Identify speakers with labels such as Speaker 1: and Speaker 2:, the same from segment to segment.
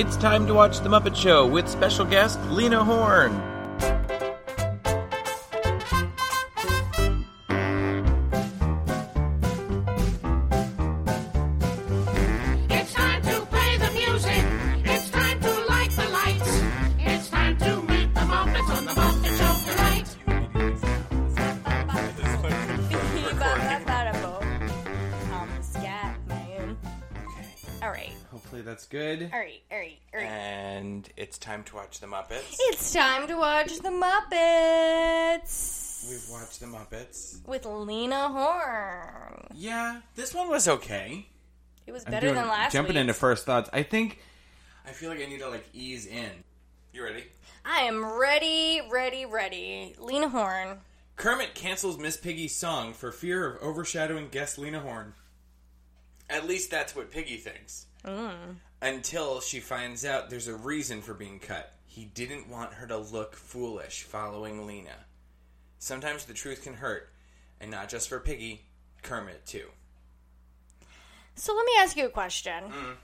Speaker 1: It's time to watch The Muppet Show with special guest Lena Horne.
Speaker 2: It's time to play the music. It's time to light the lights. It's time to meet the Muppets on the Muppet Show tonight.
Speaker 3: Um, scat, man. All right,
Speaker 1: Hopefully that's good.
Speaker 3: all right, all right, all right.
Speaker 1: And it's time to watch The Muppets.
Speaker 3: It's time to watch The Muppets
Speaker 1: We've watched The Muppets.
Speaker 3: with Lena Horne.
Speaker 1: Yeah, this one was okay.
Speaker 3: It was
Speaker 1: I'm
Speaker 3: better
Speaker 1: doing-
Speaker 3: than last
Speaker 1: Jumping
Speaker 3: week's.
Speaker 1: into first thoughts, I think I feel like I need to like ease in. You ready?
Speaker 3: I am ready, ready, ready. Lena Horne.
Speaker 1: Kermit cancels Miss Piggy's song for fear of overshadowing guest Lena Horne. At least that's what Piggy thinks. Until she finds out there's a reason for being cut. He didn't want her to look foolish following Lena. Sometimes the truth can hurt, and not just for Piggy, Kermit too.
Speaker 3: So let me ask you a question.
Speaker 1: Mm.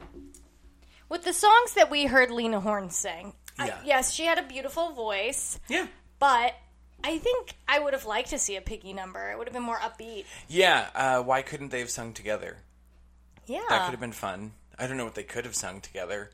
Speaker 3: With the songs that we heard Lena Horne sing, I-
Speaker 1: Yeah.
Speaker 3: yes, she had a beautiful voice,
Speaker 1: Yeah.
Speaker 3: but I think I would have liked to see a piggy number. It would have been more upbeat.
Speaker 1: Yeah, uh, why couldn't they have sung together?
Speaker 3: Yeah.
Speaker 1: That could have been fun. I don't know what they could have sung together.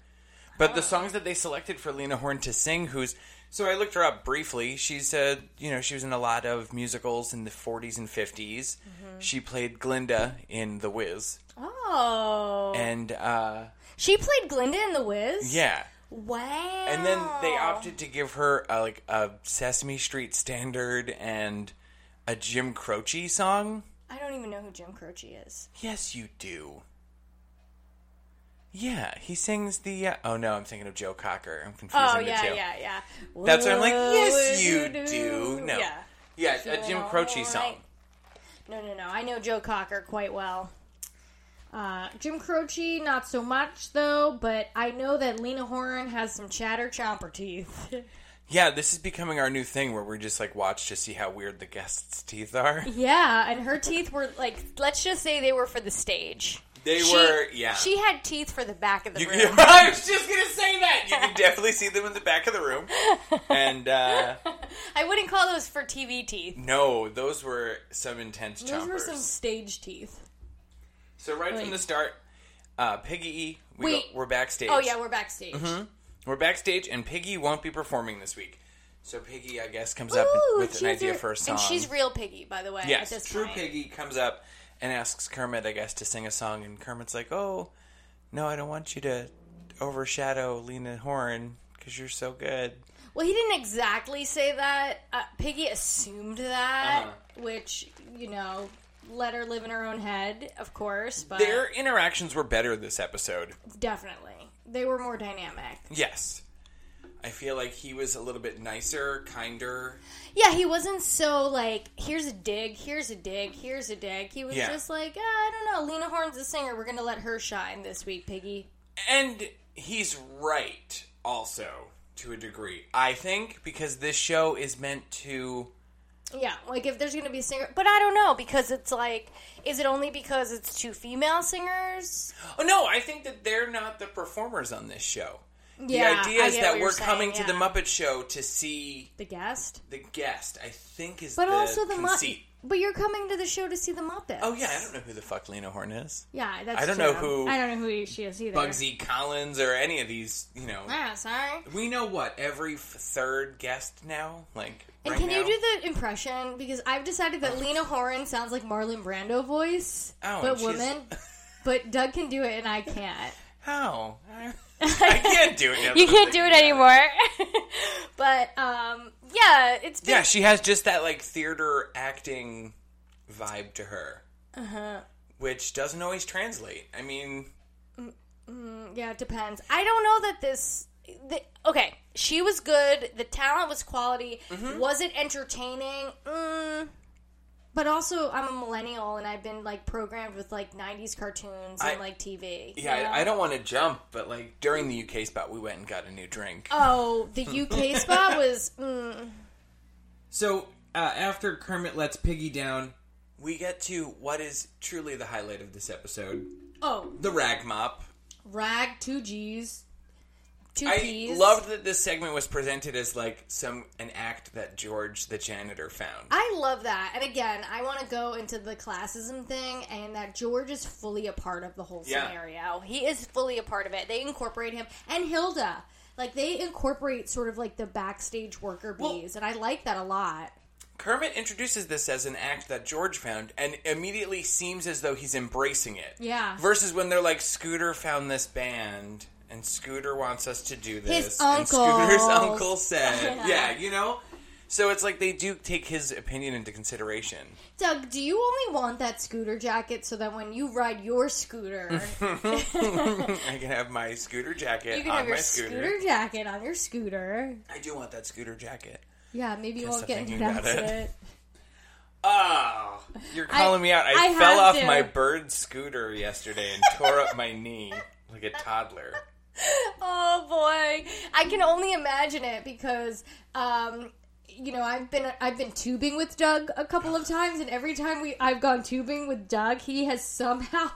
Speaker 1: But
Speaker 3: Uh.
Speaker 1: the songs that they selected for Lena Horne to sing, who's so I looked her up briefly. She's uh, you know, she was in a lot of musicals in the 40s and 50s.
Speaker 3: Mm-hmm.
Speaker 1: She played Glinda in The Wiz,
Speaker 3: oh.
Speaker 1: and uh,
Speaker 3: She played Glinda in The Wiz.
Speaker 1: yeah.
Speaker 3: Wow.
Speaker 1: And then they
Speaker 3: Oh.
Speaker 1: opted to give her uh, like a Sesame Street standard and a Jim Croce song.
Speaker 3: I don't even know who Jim Croce is.
Speaker 1: Yes, you do. Yeah, he sings the. Uh, oh no, I'm thinking of Joe Cocker. I'm confusing
Speaker 3: Oh
Speaker 1: the
Speaker 3: yeah,
Speaker 1: two.
Speaker 3: yeah, yeah.
Speaker 1: That's what I'm like.
Speaker 3: What
Speaker 1: Yes,
Speaker 3: would
Speaker 1: you do. No.
Speaker 3: Yeah.
Speaker 1: Yeah, a Jim Croce
Speaker 3: Alright.
Speaker 1: song.
Speaker 3: No, no, no. I know Joe Cocker quite well. Uh, Jim Croce, not so much though. But I know that Lena Horne has some chatter chomper teeth.
Speaker 1: Yeah, this is becoming our new thing where we just like watch to see how weird the guests' teeth are.
Speaker 3: yeah, and her teeth were like, let's just say they were for the stage.
Speaker 1: They
Speaker 3: She-
Speaker 1: were. Yeah.
Speaker 3: She had teeth for the back of the
Speaker 1: You can-
Speaker 3: room.
Speaker 1: I was just gonna say that. You can definitely see them in the back of the room. And uh,
Speaker 3: I wouldn't call those for TV teeth.
Speaker 1: no, those were some intense chompers.
Speaker 3: Those were some stage teeth.
Speaker 1: so right from
Speaker 3: Wait.
Speaker 1: the start, uh, Piggy, we
Speaker 3: Wait.
Speaker 1: Go, we're backstage.
Speaker 3: Oh yeah, we're backstage.
Speaker 1: Mm-hmm. We're backstage, and Piggy won't be performing this week. So Piggy, I guess, comes up with an
Speaker 3: she's
Speaker 1: idea
Speaker 3: a-
Speaker 1: for a song.
Speaker 3: And she's real piggy, by the way.
Speaker 1: yes,
Speaker 3: at this
Speaker 1: true.
Speaker 3: point.
Speaker 1: Piggy comes up and asks Kermit, I guess, to sing a song, and Kermit's like, "Oh, no, I don't want you to overshadow Lena Horne because you're so good."
Speaker 3: Well, he didn't exactly say that. Uh, piggy assumed that,
Speaker 1: Uh-huh.
Speaker 3: which you know, let her live in her own head, of course. But
Speaker 1: Their interactions were better this episode.
Speaker 3: definitely, they were more dynamic.
Speaker 1: Yes, I feel like he was a little bit nicer, kinder.
Speaker 3: Yeah, he wasn't so like, here's a dig, here's a dig, here's a dig. He was
Speaker 1: Yeah.
Speaker 3: just like, "Ah, I don't know. Lena Horne's a singer. We're gonna let her shine this week, Piggy.
Speaker 1: And he's right, also, to a degree, I think, because this show is meant to.
Speaker 3: Yeah, like if there's gonna be a singer, but I don't know because it's like, is it only because it's two female singers?
Speaker 1: Oh, no, I think that they're not the performers on this show.
Speaker 3: Yeah,
Speaker 1: the idea
Speaker 3: I
Speaker 1: is
Speaker 3: get
Speaker 1: that
Speaker 3: what you're
Speaker 1: we're
Speaker 3: saying,
Speaker 1: coming to the
Speaker 3: yeah.
Speaker 1: Muppet Show to see
Speaker 3: The guest,
Speaker 1: the guest. I think is
Speaker 3: but
Speaker 1: the
Speaker 3: also the Muppet.
Speaker 1: conceit.
Speaker 3: But you're coming to the show to see the Muppets.
Speaker 1: Oh yeah, I don't know who the fuck Lena Horne is.
Speaker 3: Yeah, that's.
Speaker 1: I don't
Speaker 3: true.
Speaker 1: know who-
Speaker 3: I don't know who she is either.
Speaker 1: Bugsy Collins or any of these, you know.
Speaker 3: Yeah, sorry.
Speaker 1: We know what every f- third guest now, like
Speaker 3: And
Speaker 1: right
Speaker 3: can you
Speaker 1: now.
Speaker 3: do the impression? Because I've decided that Lena Horan sounds like Marlon Brando voice,
Speaker 1: Oh,
Speaker 3: but
Speaker 1: she's-
Speaker 3: woman. But Doug can do it, and I can't.
Speaker 1: How? I, I can't do it. now
Speaker 3: You
Speaker 1: that I'm
Speaker 3: can't do
Speaker 1: thinking
Speaker 3: it
Speaker 1: about
Speaker 3: anymore. but um, yeah, it's been
Speaker 1: Yeah, she has just that like theater acting vibe to her,
Speaker 3: Uh-huh.
Speaker 1: which doesn't always translate. I mean,
Speaker 3: Yeah, it depends. I don't know that this. The, okay, she was good. The talent was quality.
Speaker 1: Mm-hmm.
Speaker 3: Was it entertaining? Mm. But also, I'm a millennial and I've been like programmed with like 90s cartoons
Speaker 1: I-
Speaker 3: and like TV.
Speaker 1: Yeah, I, I don't want to jump, but like during the UK spot, we went and got a new drink.
Speaker 3: Oh, the UK spot was. Mm,
Speaker 1: So uh, after Kermit lets Piggy down, we get to what is truly the highlight of this episode:
Speaker 3: oh,
Speaker 1: the rag mop.
Speaker 3: rag two G's. two
Speaker 1: I
Speaker 3: peas.
Speaker 1: loved that this segment was presented as like some an act that George the janitor found.
Speaker 3: I love that. And again, I want to go into the classism thing and that George is fully a part of the whole
Speaker 1: Yeah.
Speaker 3: scenario. He is fully a part of it. They incorporate him and Hilda. Like they incorporate sort of like the backstage worker
Speaker 1: Well-
Speaker 3: bees, and I like that a lot.
Speaker 1: Kermit introduces this as an act that George found and immediately seems as though he's embracing it.
Speaker 3: Yeah.
Speaker 1: Versus when they're like, Scooter found this band and Scooter wants us to do this.
Speaker 3: His
Speaker 1: and Scooter's
Speaker 3: uncles.
Speaker 1: uncle said,
Speaker 3: Yeah.
Speaker 1: yeah, you know? So it's like they do take his opinion into consideration.
Speaker 3: Doug, do you only want that scooter jacket so that when you ride your scooter,
Speaker 1: I can have my scooter jacket
Speaker 3: you can
Speaker 1: on
Speaker 3: have your
Speaker 1: my scooter.
Speaker 3: scooter jacket on your scooter?
Speaker 1: I do want that scooter jacket.
Speaker 3: Yeah, maybe you
Speaker 1: Guess
Speaker 3: won't
Speaker 1: I'm
Speaker 3: get into an
Speaker 1: thinking about it.
Speaker 3: accident.
Speaker 1: Oh, you're calling me out. I,
Speaker 3: I
Speaker 1: fell
Speaker 3: had
Speaker 1: off
Speaker 3: to.
Speaker 1: my bird scooter yesterday and tore up my knee like a toddler.
Speaker 3: Oh boy, I can only imagine it because, um, you know, I've been I've been tubing with Doug a couple of times, and every time we I've gone tubing with Doug, he has somehow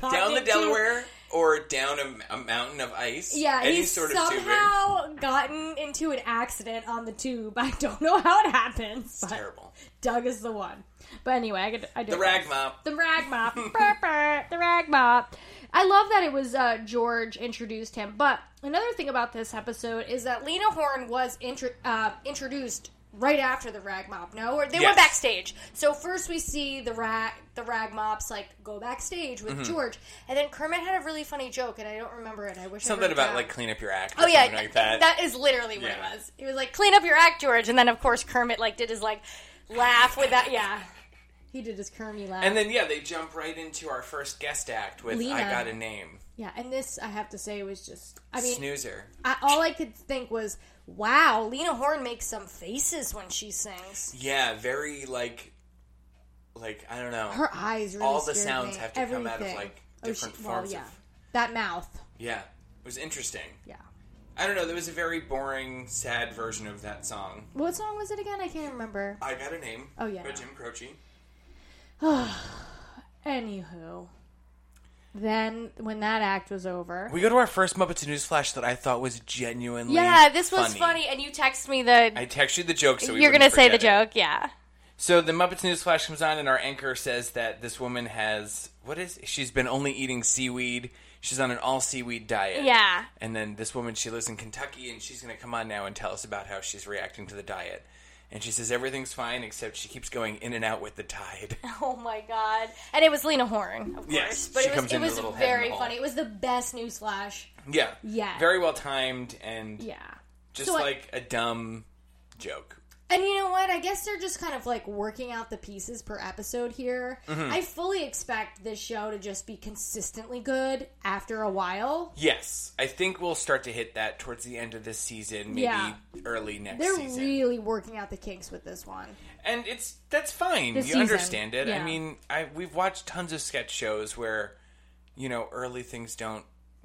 Speaker 3: gotten
Speaker 1: down the
Speaker 3: into-
Speaker 1: Delaware or down a m- a, mountain of ice.
Speaker 3: Yeah,
Speaker 1: any
Speaker 3: he's
Speaker 1: sort of tubing.
Speaker 3: somehow gotten into an accident on the tube. I don't know how it happens. But
Speaker 1: Terrible.
Speaker 3: Doug is the one. But anyway, I could I do
Speaker 1: The rag mop.
Speaker 3: the rag mop. Brr, brr, the rag mop. I love that it was uh, George introduced him. But another thing about this episode is that Lena Horne was intro- uh, introduced right after the rag mop. No, or they
Speaker 1: Yes.
Speaker 3: went backstage. So first we see the rag the rag mops like go backstage with
Speaker 1: Mm-hmm.
Speaker 3: George, and then Kermit had a really funny joke, and I don't remember it. I wish I wrote
Speaker 1: Something
Speaker 3: it
Speaker 1: about
Speaker 3: down.
Speaker 1: like clean up your act. Or
Speaker 3: Oh yeah,
Speaker 1: something like that.
Speaker 3: that is literally what
Speaker 1: Yeah.
Speaker 3: it was. He was like, "Clean up your act, George," and then of course Kermit like did his like laugh with that. Yeah, he did his Kermit laugh.
Speaker 1: and then yeah, they jump right into our first guest act with
Speaker 3: Lena.
Speaker 1: "I Got a Name."
Speaker 3: Yeah, and this I have to say was just I mean
Speaker 1: Snoozer.
Speaker 3: I, all I could think was wow, Lena Horne makes some faces when she sings.
Speaker 1: Yeah, very like, like I don't know.
Speaker 3: Her eyes really
Speaker 1: All the
Speaker 3: scared
Speaker 1: sounds
Speaker 3: me.
Speaker 1: have to come out of,
Speaker 3: Everything.
Speaker 1: like,
Speaker 3: Oh, she-
Speaker 1: different
Speaker 3: well,
Speaker 1: forms
Speaker 3: yeah.
Speaker 1: of-
Speaker 3: that mouth.
Speaker 1: yeah, it was interesting.
Speaker 3: Yeah.
Speaker 1: I don't know. There was a very boring, sad version of that song.
Speaker 3: What song was it again? I can't remember.
Speaker 1: I got a name.
Speaker 3: Oh, yeah.
Speaker 1: by Jim Croce.
Speaker 3: Anywho, then when that act was over,
Speaker 1: We go to our first Muppets News Flash that I thought was genuinely.
Speaker 3: yeah, this was funny, and you text me the
Speaker 1: I text you the joke, so we
Speaker 3: you're gonna
Speaker 1: wouldn't
Speaker 3: say the
Speaker 1: forget it.
Speaker 3: joke, yeah.
Speaker 1: So the Muppets News Flash comes on, and our anchor says that this woman has what is she's been only eating seaweed. She's on an all seaweed diet.
Speaker 3: Yeah.
Speaker 1: And then this woman, she lives in Kentucky, and she's going to come on now and tell us about how she's reacting to the diet. And she says everything's fine except she keeps going in and out with the tide.
Speaker 3: Oh my god! And it was Lena Horne, of course.
Speaker 1: Yes,
Speaker 3: but
Speaker 1: she
Speaker 3: it was
Speaker 1: comes
Speaker 3: it
Speaker 1: in the
Speaker 3: was
Speaker 1: little head in the
Speaker 3: very
Speaker 1: hall.
Speaker 3: funny. It was the best newsflash.
Speaker 1: yeah.
Speaker 3: Yeah.
Speaker 1: Very well timed and
Speaker 3: Yeah.
Speaker 1: just
Speaker 3: So I-
Speaker 1: like a dumb joke.
Speaker 3: And you know what? I guess they're just kind of like working out the pieces per episode here.
Speaker 1: Mm-hmm.
Speaker 3: I fully expect this show to just be consistently good after a while.
Speaker 1: Yes, I think we'll start to hit that towards the end of this season, maybe
Speaker 3: Yeah.
Speaker 1: early next
Speaker 3: They're
Speaker 1: season.
Speaker 3: really working out the kinks with this one.
Speaker 1: and it's that's fine. You
Speaker 3: This season,
Speaker 1: understand it. I
Speaker 3: yeah.
Speaker 1: mean, I we've watched tons of sketch shows where you know early things don't.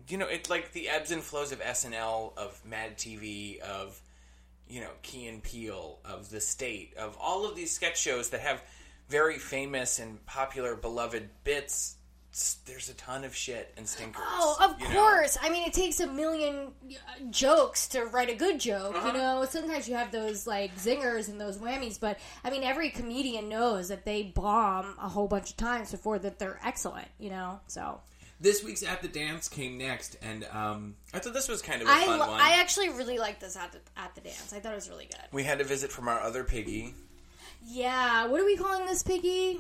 Speaker 1: You know, it's like the ebbs and flows of SNL, of Mad TV, of you know Key and Peele, of The State, of all of these sketch shows that have very famous and popular, beloved bits. s- There's a ton of shit and stinkers.
Speaker 3: Oh, of
Speaker 1: you know?
Speaker 3: course. I mean, it takes a million uh, jokes to write a good joke.
Speaker 1: Uh-huh.
Speaker 3: You know, sometimes you have those like zingers and those whammies, but I mean, every comedian knows that they bomb a whole bunch of times before that they're excellent. You know, so
Speaker 1: This week's At the Dance came next, and um, I thought this was kind of a
Speaker 3: I
Speaker 1: fun
Speaker 3: lo-
Speaker 1: one.
Speaker 3: I actually really liked this at the at the dance. I thought it was really good.
Speaker 1: we had a visit from our other piggy.
Speaker 3: Yeah, what are we calling this piggy?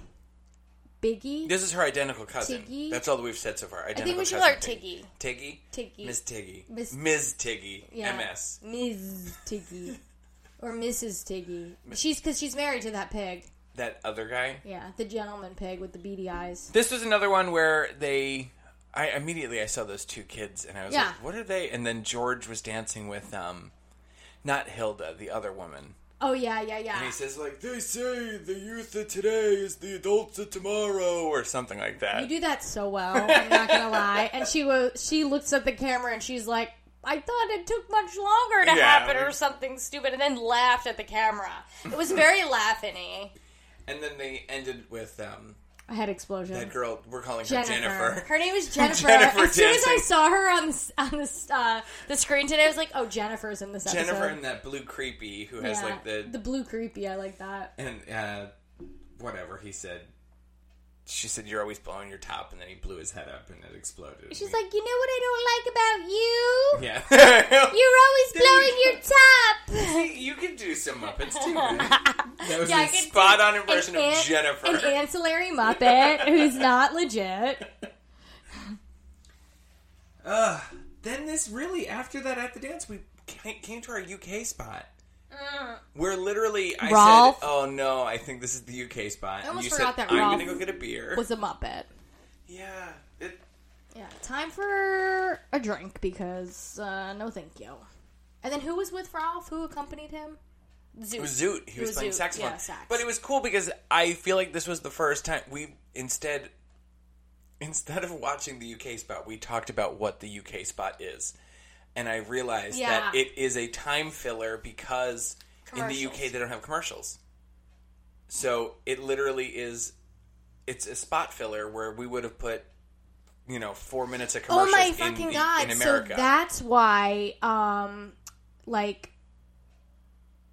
Speaker 3: Biggie?
Speaker 1: This is her identical cousin.
Speaker 3: Tiggy?
Speaker 1: That's all that we've said so far. Identical
Speaker 3: think we should
Speaker 1: cousin
Speaker 3: call her
Speaker 1: Tiggy. Tiggy.
Speaker 3: Tiggy.
Speaker 1: Miss Tiggy.
Speaker 3: Miss-
Speaker 1: Ms. Tiggy.
Speaker 3: Yeah.
Speaker 1: MS.
Speaker 3: Ms. Tiggy. Or Mrs. Tiggy. She's because she's married to that pig.
Speaker 1: That other guy.
Speaker 3: Yeah, the gentleman pig with the beady eyes.
Speaker 1: This was another one where they. I immediately I saw those two kids and I was
Speaker 3: Yeah.
Speaker 1: like, "What are they?" And then George was dancing with um, not Hilda, the other woman.
Speaker 3: Oh, yeah, yeah, yeah.
Speaker 1: And he says like, "They say the youth of today is the adults of tomorrow," or something like that.
Speaker 3: You do that so well. I'm not gonna lie. And she was. She looks at the camera and she's like, "I thought it took much longer to
Speaker 1: Yeah,
Speaker 3: happen,
Speaker 1: like-
Speaker 3: or something stupid," and then laughed at the camera. It was very laughing
Speaker 1: And then they ended with um,
Speaker 3: head explosion.
Speaker 1: That girl, we're calling her
Speaker 3: Jennifer.
Speaker 1: Jennifer.
Speaker 3: Her name is Jennifer.
Speaker 1: Jennifer
Speaker 3: as soon as I
Speaker 1: dancing.
Speaker 3: saw her on this, on this uh, the screen today, I was like, "Oh, Jennifer's in this episode."
Speaker 1: Jennifer and that blue creepy who has
Speaker 3: Yeah.
Speaker 1: like the,
Speaker 3: the blue creepy. I like that.
Speaker 1: and uh, whatever he said. She said, "You're always blowing your top," and then he blew his head up and it exploded.
Speaker 3: She's like, "You know what I don't like about you?
Speaker 1: "Yeah,
Speaker 3: You're always blowing your top."
Speaker 1: you can do some Muppets too." man. That was
Speaker 3: Yeah, I
Speaker 1: a
Speaker 3: could
Speaker 1: spot-on impression of
Speaker 3: an-
Speaker 1: Jennifer.
Speaker 3: An ancillary Muppet who's not legit.
Speaker 1: Ugh. Then this really after that at the dance we ca- came to our UK spot.
Speaker 3: Mm.
Speaker 1: Where literally I
Speaker 3: Rolf?
Speaker 1: said, "Oh no, I think this is the UK spot." and
Speaker 3: almost
Speaker 1: you
Speaker 3: forgot
Speaker 1: said,
Speaker 3: that
Speaker 1: "I'm
Speaker 3: Rolf
Speaker 1: gonna go get a beer."
Speaker 3: Was a Muppet.
Speaker 1: yeah, it,
Speaker 3: Yeah, time for a drink because uh, no, thank you. And then who was with Ralph? Who accompanied him? Zoot.
Speaker 1: It was Zoot. He
Speaker 3: It
Speaker 1: was,
Speaker 3: was
Speaker 1: playing
Speaker 3: Zoot.
Speaker 1: saxophone.
Speaker 3: Yeah, sax.
Speaker 1: But it was cool because I feel like this was the first time we instead instead of watching the UK spot, we talked about what the UK spot is. And I realized that
Speaker 3: Yeah.
Speaker 1: it is a time filler because in the UK
Speaker 3: Commercials.
Speaker 1: they don't have commercials. So it literally is it's a spot filler where we would have put you know, four minutes of
Speaker 3: Oh
Speaker 1: commercials
Speaker 3: my
Speaker 1: in,
Speaker 3: fucking
Speaker 1: the-
Speaker 3: god!
Speaker 1: in
Speaker 3: So
Speaker 1: America.
Speaker 3: that's why, um, like,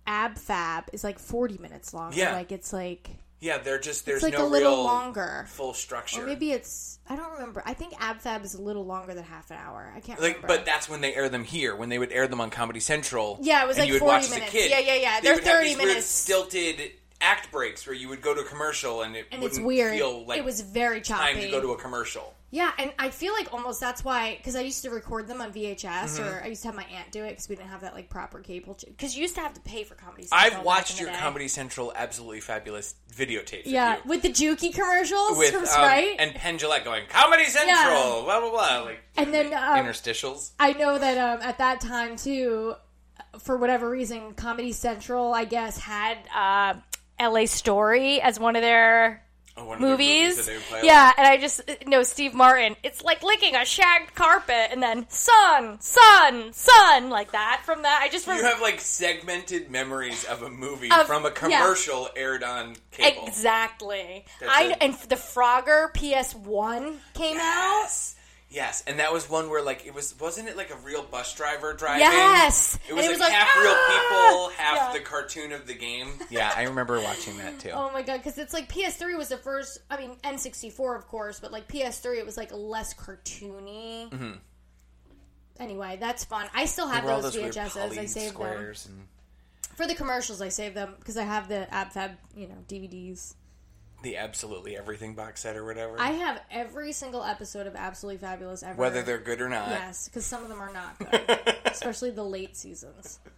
Speaker 3: Ab Fab is like forty minutes long.
Speaker 1: Yeah.
Speaker 3: like it's like
Speaker 1: yeah, they're just there's
Speaker 3: it's like
Speaker 1: no
Speaker 3: a little
Speaker 1: real
Speaker 3: longer.
Speaker 1: full structure.
Speaker 3: Or maybe it's I don't remember. I think Ab Fab is a little longer than half an hour. I can't
Speaker 1: Like,
Speaker 3: remember.
Speaker 1: but that's when they air them here. When they would air them on Comedy Central.
Speaker 3: Yeah, it was
Speaker 1: and
Speaker 3: like
Speaker 1: you would
Speaker 3: 40
Speaker 1: watch as a
Speaker 3: minutes.
Speaker 1: kid,
Speaker 3: Yeah, yeah, yeah.
Speaker 1: they
Speaker 3: They're
Speaker 1: would have
Speaker 3: 30
Speaker 1: these weird
Speaker 3: minutes.
Speaker 1: stilted act breaks where you would go to a commercial and it
Speaker 3: and
Speaker 1: wouldn't
Speaker 3: it's weird.
Speaker 1: feel like
Speaker 3: it was very choppy.
Speaker 1: time to go to a commercial.
Speaker 3: Yeah, and I feel like almost that's why because I used to record them on VHS or
Speaker 1: Mm-hmm.
Speaker 3: I used to have my aunt do it because we didn't have that like proper cable. Because you used to have to pay for Comedy Central.
Speaker 1: I've
Speaker 3: back in
Speaker 1: watched
Speaker 3: the
Speaker 1: your
Speaker 3: day.
Speaker 1: Comedy Central absolutely fabulous videotape.
Speaker 3: Yeah,
Speaker 1: of you
Speaker 3: with the Juki commercials
Speaker 1: with
Speaker 3: from
Speaker 1: um,
Speaker 3: Sprite.
Speaker 1: and Penn Jillette going Comedy Central, blah blah blah, like
Speaker 3: And then, um,
Speaker 1: interstitials.
Speaker 3: I know that um, at that time too, uh, for whatever reason, Comedy Central I guess had uh, L.A. Story as one of their
Speaker 1: Oh, one of the
Speaker 3: movies.
Speaker 1: that they would play
Speaker 3: Yeah, and I just know Steve Martin. It's like licking a shagged carpet, and then sun, sun, sun, like that. From that, I just
Speaker 1: You
Speaker 3: remember
Speaker 1: have like segmented memories of a movie
Speaker 3: Of-
Speaker 1: from a
Speaker 3: yeah.
Speaker 1: commercial aired on cable.
Speaker 3: exactly.
Speaker 1: That's
Speaker 3: I
Speaker 1: it.
Speaker 3: and the Frogger PS One came
Speaker 1: Yes. Yes, and that was one where like it was wasn't it like a real bus driver driving?
Speaker 3: Yes.
Speaker 1: It was,
Speaker 3: And it was
Speaker 1: like,
Speaker 3: like,
Speaker 1: half
Speaker 3: "Ah!"
Speaker 1: real people, half
Speaker 3: Yeah.
Speaker 1: the cartoon of the game. Yeah, I remember watching that too.
Speaker 3: out. Oh my god, because it's like PS3 was the first. I mean, N64 of course, but like PS3, it was like less cartoony.
Speaker 1: Mm-hmm.
Speaker 3: Anyway, that's fun. I still have those, VHSs. I saved them.
Speaker 1: and
Speaker 3: For the commercials, I save them because I have the AbFab, you know, DVDs.
Speaker 1: the absolutely everything box set or whatever.
Speaker 3: I have every single episode of Absolutely Fabulous ever.
Speaker 1: Whether they're good or not.
Speaker 3: yes, because some of them are not good, especially the late seasons.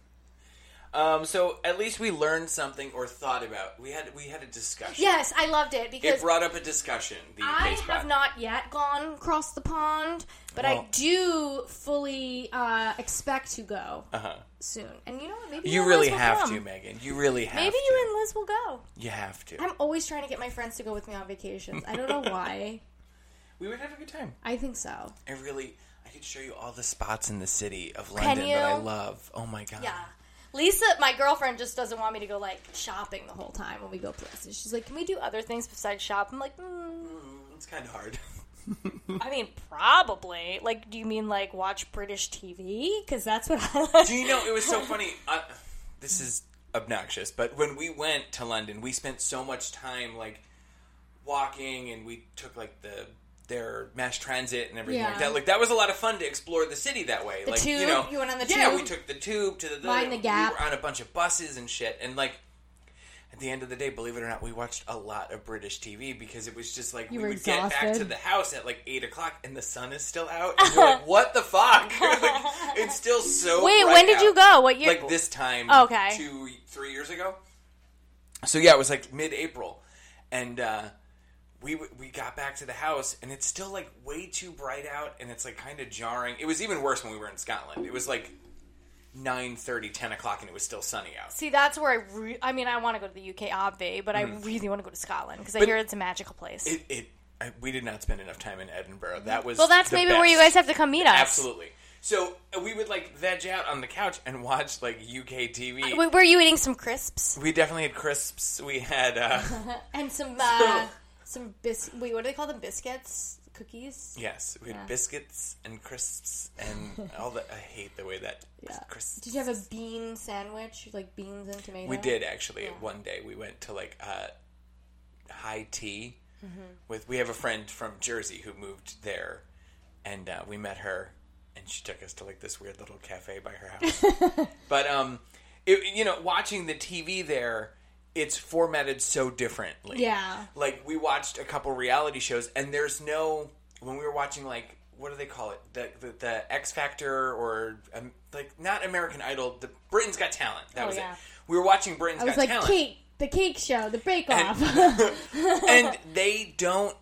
Speaker 1: Um so at least we learned something or thought about. We had we had a discussion.
Speaker 3: Yes, I loved it
Speaker 1: It
Speaker 3: because
Speaker 1: brought up a discussion, the
Speaker 3: I
Speaker 1: case
Speaker 3: have
Speaker 1: file.
Speaker 3: not yet gone across the pond, but I
Speaker 1: Well-
Speaker 3: do fully uh, expect to go
Speaker 1: Uh-huh.
Speaker 3: soon. And you know what? Maybe
Speaker 1: You
Speaker 3: and
Speaker 1: really
Speaker 3: Liz will
Speaker 1: have
Speaker 3: come.
Speaker 1: to, Megan. You really have
Speaker 3: Maybe
Speaker 1: to.
Speaker 3: you and Liz will go.
Speaker 1: you have to.
Speaker 3: I'm always trying to get my friends to go with me on vacations. I don't know why.
Speaker 1: we would have a good time.
Speaker 3: I think so.
Speaker 1: I really, I could show you all the spots in the city of London
Speaker 3: you?
Speaker 1: that I love. Oh my god!
Speaker 3: Yeah. Lisa, my girlfriend, just doesn't want me to go like shopping the whole time when we go places. She's like, "Can we do other things besides shop?" I'm like, mm,
Speaker 1: Mm, it's kind of hard.
Speaker 3: "I mean, probably." Like, do you mean like watch British TV? Because that's what I like.
Speaker 1: Do you know it was so funny? I, this is obnoxious, but when we went to London, we spent so much time like walking, and we took like the their mass transit and everything like
Speaker 3: Yeah.
Speaker 1: that. Like that was a lot of fun to explore the city that way. like you
Speaker 3: tube?
Speaker 1: know,
Speaker 3: You went on the
Speaker 1: yeah,
Speaker 3: tube?
Speaker 1: we took the tube to the,
Speaker 3: Mind the gap.
Speaker 1: We were on a bunch of buses and shit, and like. At the end of the day, believe it or not, we watched a lot of British TV because it was just like
Speaker 3: You
Speaker 1: we
Speaker 3: were
Speaker 1: would get back to
Speaker 3: exhausted.
Speaker 1: the house at like eight o'clock and the sun is still out. And you're like, what the fuck? Like, it's still so.
Speaker 3: Wait,
Speaker 1: bright
Speaker 3: when did you
Speaker 1: out.
Speaker 3: go? What year?
Speaker 1: Like this time,
Speaker 3: Okay.
Speaker 1: two, three years ago. So yeah, it was like mid-April, and uh, we w- we got back to the house, and it's still like way too bright out, and it's like kind of jarring. It was even worse when we were in Scotland. It was like 9.30, 10 o'clock, and it was still sunny out.
Speaker 3: See, that's where I. Re- I mean, I want to go to the UK, obvi, but I really want to go to Scotland because I
Speaker 1: Mm-hmm. But-
Speaker 3: hear it's a magical place.
Speaker 1: It, it I, we did not spend enough time in Edinburgh. That was
Speaker 3: well, that's
Speaker 1: the
Speaker 3: maybe where you
Speaker 1: best.
Speaker 3: guys have to come meet us.
Speaker 1: Absolutely. So uh, we would like veg out on the couch and watch like UK TV.
Speaker 3: Wait, were you eating some crisps
Speaker 1: we definitely had crisps. We had uh,
Speaker 3: and some uh, some bis. Wait, what do they call them? Biscuits, cookies.
Speaker 1: Yes, we had
Speaker 3: Yeah.
Speaker 1: biscuits and crisps and all that. I hate the way that
Speaker 3: Yeah.
Speaker 1: crisps.
Speaker 3: Did you have a bean sandwich, like beans and tomatoes?
Speaker 1: We did actually. One day we went to like uh, high tea with. We have a friend from Jersey who moved there, and uh, we met her, and she took us to like this weird little cafe by her house. but um, it, you know, watching the TV there, it's formatted so differently.
Speaker 3: Yeah.
Speaker 1: like we watched a couple reality shows, and there's no when we were watching like. What do they call it? The the, the X Factor or um, like not American Idol. The Britain's Got Talent. That
Speaker 3: Oh,
Speaker 1: was
Speaker 3: yeah.
Speaker 1: it. We were watching Britain's
Speaker 3: I was
Speaker 1: Got
Speaker 3: like
Speaker 1: Talent,
Speaker 3: cake, the cake show, the break off.
Speaker 1: and they don't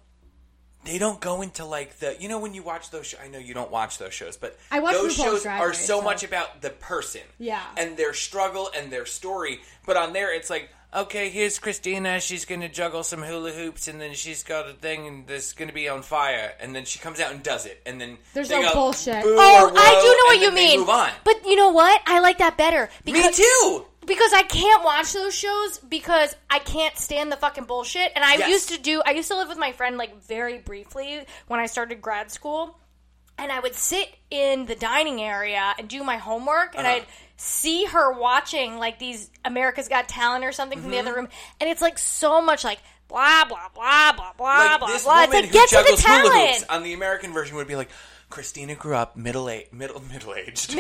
Speaker 1: they don't go into like the you know when you watch those. Show, I know you don't watch those shows, but
Speaker 3: I watch
Speaker 1: those
Speaker 3: RuPaul's
Speaker 1: shows
Speaker 3: Drag
Speaker 1: are
Speaker 3: Race,
Speaker 1: so
Speaker 3: so-
Speaker 1: much about the person,
Speaker 3: Yeah.
Speaker 1: and their struggle and their story. But on there, it's like. Okay, here's Christina. She's going to juggle some hula hoops, and then she's got a thing and that's going to be on fire. And then she comes out and does it. And then
Speaker 3: There's
Speaker 1: they
Speaker 3: no
Speaker 1: go,
Speaker 3: bullshit.
Speaker 1: "Boo,"
Speaker 3: oh,
Speaker 1: or
Speaker 3: I
Speaker 1: "Whoa,"
Speaker 3: do know what
Speaker 1: and
Speaker 3: you
Speaker 1: then they
Speaker 3: mean.
Speaker 1: Move on.
Speaker 3: But you know what? I like that better. Because,
Speaker 1: me too.
Speaker 3: Because I can't watch those shows because I can't stand the fucking bullshit. And I
Speaker 1: Yes.
Speaker 3: used to do. I used to live with my friend like very briefly when I started grad school, and I would sit in the dining area and do my homework, and
Speaker 1: Uh-huh.
Speaker 3: I'd see her watching like these America's Got Talent or something from the
Speaker 1: Mm-hmm.
Speaker 3: other room, and it's like so much like. Blah blah blah blah blah
Speaker 1: like,
Speaker 3: blah
Speaker 1: this
Speaker 3: blah. It's
Speaker 1: woman
Speaker 3: like
Speaker 1: who
Speaker 3: get to the
Speaker 1: juggles hula
Speaker 3: talent.
Speaker 1: hoops on the American version would be like, Christina grew up middle age, middle middle aged.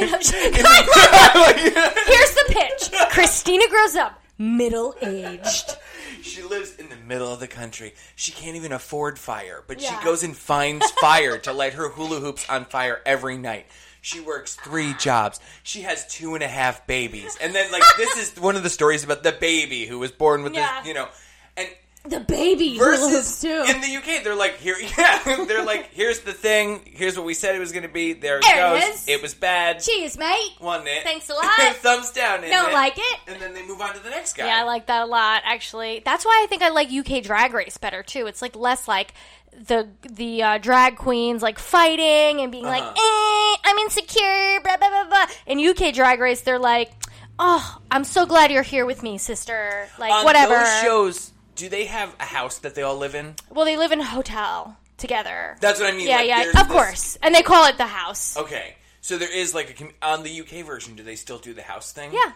Speaker 3: Here's the pitch. Christina grows up middle aged.
Speaker 1: she lives in the middle of the country. She can't even afford fire, but
Speaker 3: Yeah.
Speaker 1: she goes and finds fire to light her hula hoops on fire every night. She works three jobs. She has two and a half babies, and then like this is one of the stories about the baby who was born with
Speaker 3: Yeah.
Speaker 1: this, you know, and.
Speaker 3: The baby
Speaker 1: Versus
Speaker 3: versus too.
Speaker 1: in the UK, they're like here, yeah, they're like here's the thing, here's what we said it was going to be. There it
Speaker 3: There it
Speaker 1: goes.
Speaker 3: is.
Speaker 1: It was bad.
Speaker 3: Cheese, mate.
Speaker 1: won it.
Speaker 3: Thanks a lot.
Speaker 1: Thumbs down. in
Speaker 3: Don't like it.
Speaker 1: And then they move on to the next guy.
Speaker 3: Yeah, I like that a lot. Actually, that's why I think I like UK Drag Race better too. It's like less like the the uh, drag queens like fighting and being like,
Speaker 1: Uh-huh.
Speaker 3: eh, "I'm insecure," blah blah blah blah. In UK Drag Race, they're like, "Oh, I'm so glad you're here with me, sister." Like
Speaker 1: On
Speaker 3: whatever.
Speaker 1: Those shows, do they have a house that they all live in?
Speaker 3: Well, they live in a hotel together.
Speaker 1: That's what I mean.
Speaker 3: yeah,
Speaker 1: like,
Speaker 3: yeah,
Speaker 1: there's
Speaker 3: of
Speaker 1: this-
Speaker 3: course. And they call it the house.
Speaker 1: Okay, so there is like a com- on the UK version. Do they still do the house thing?
Speaker 3: Yeah.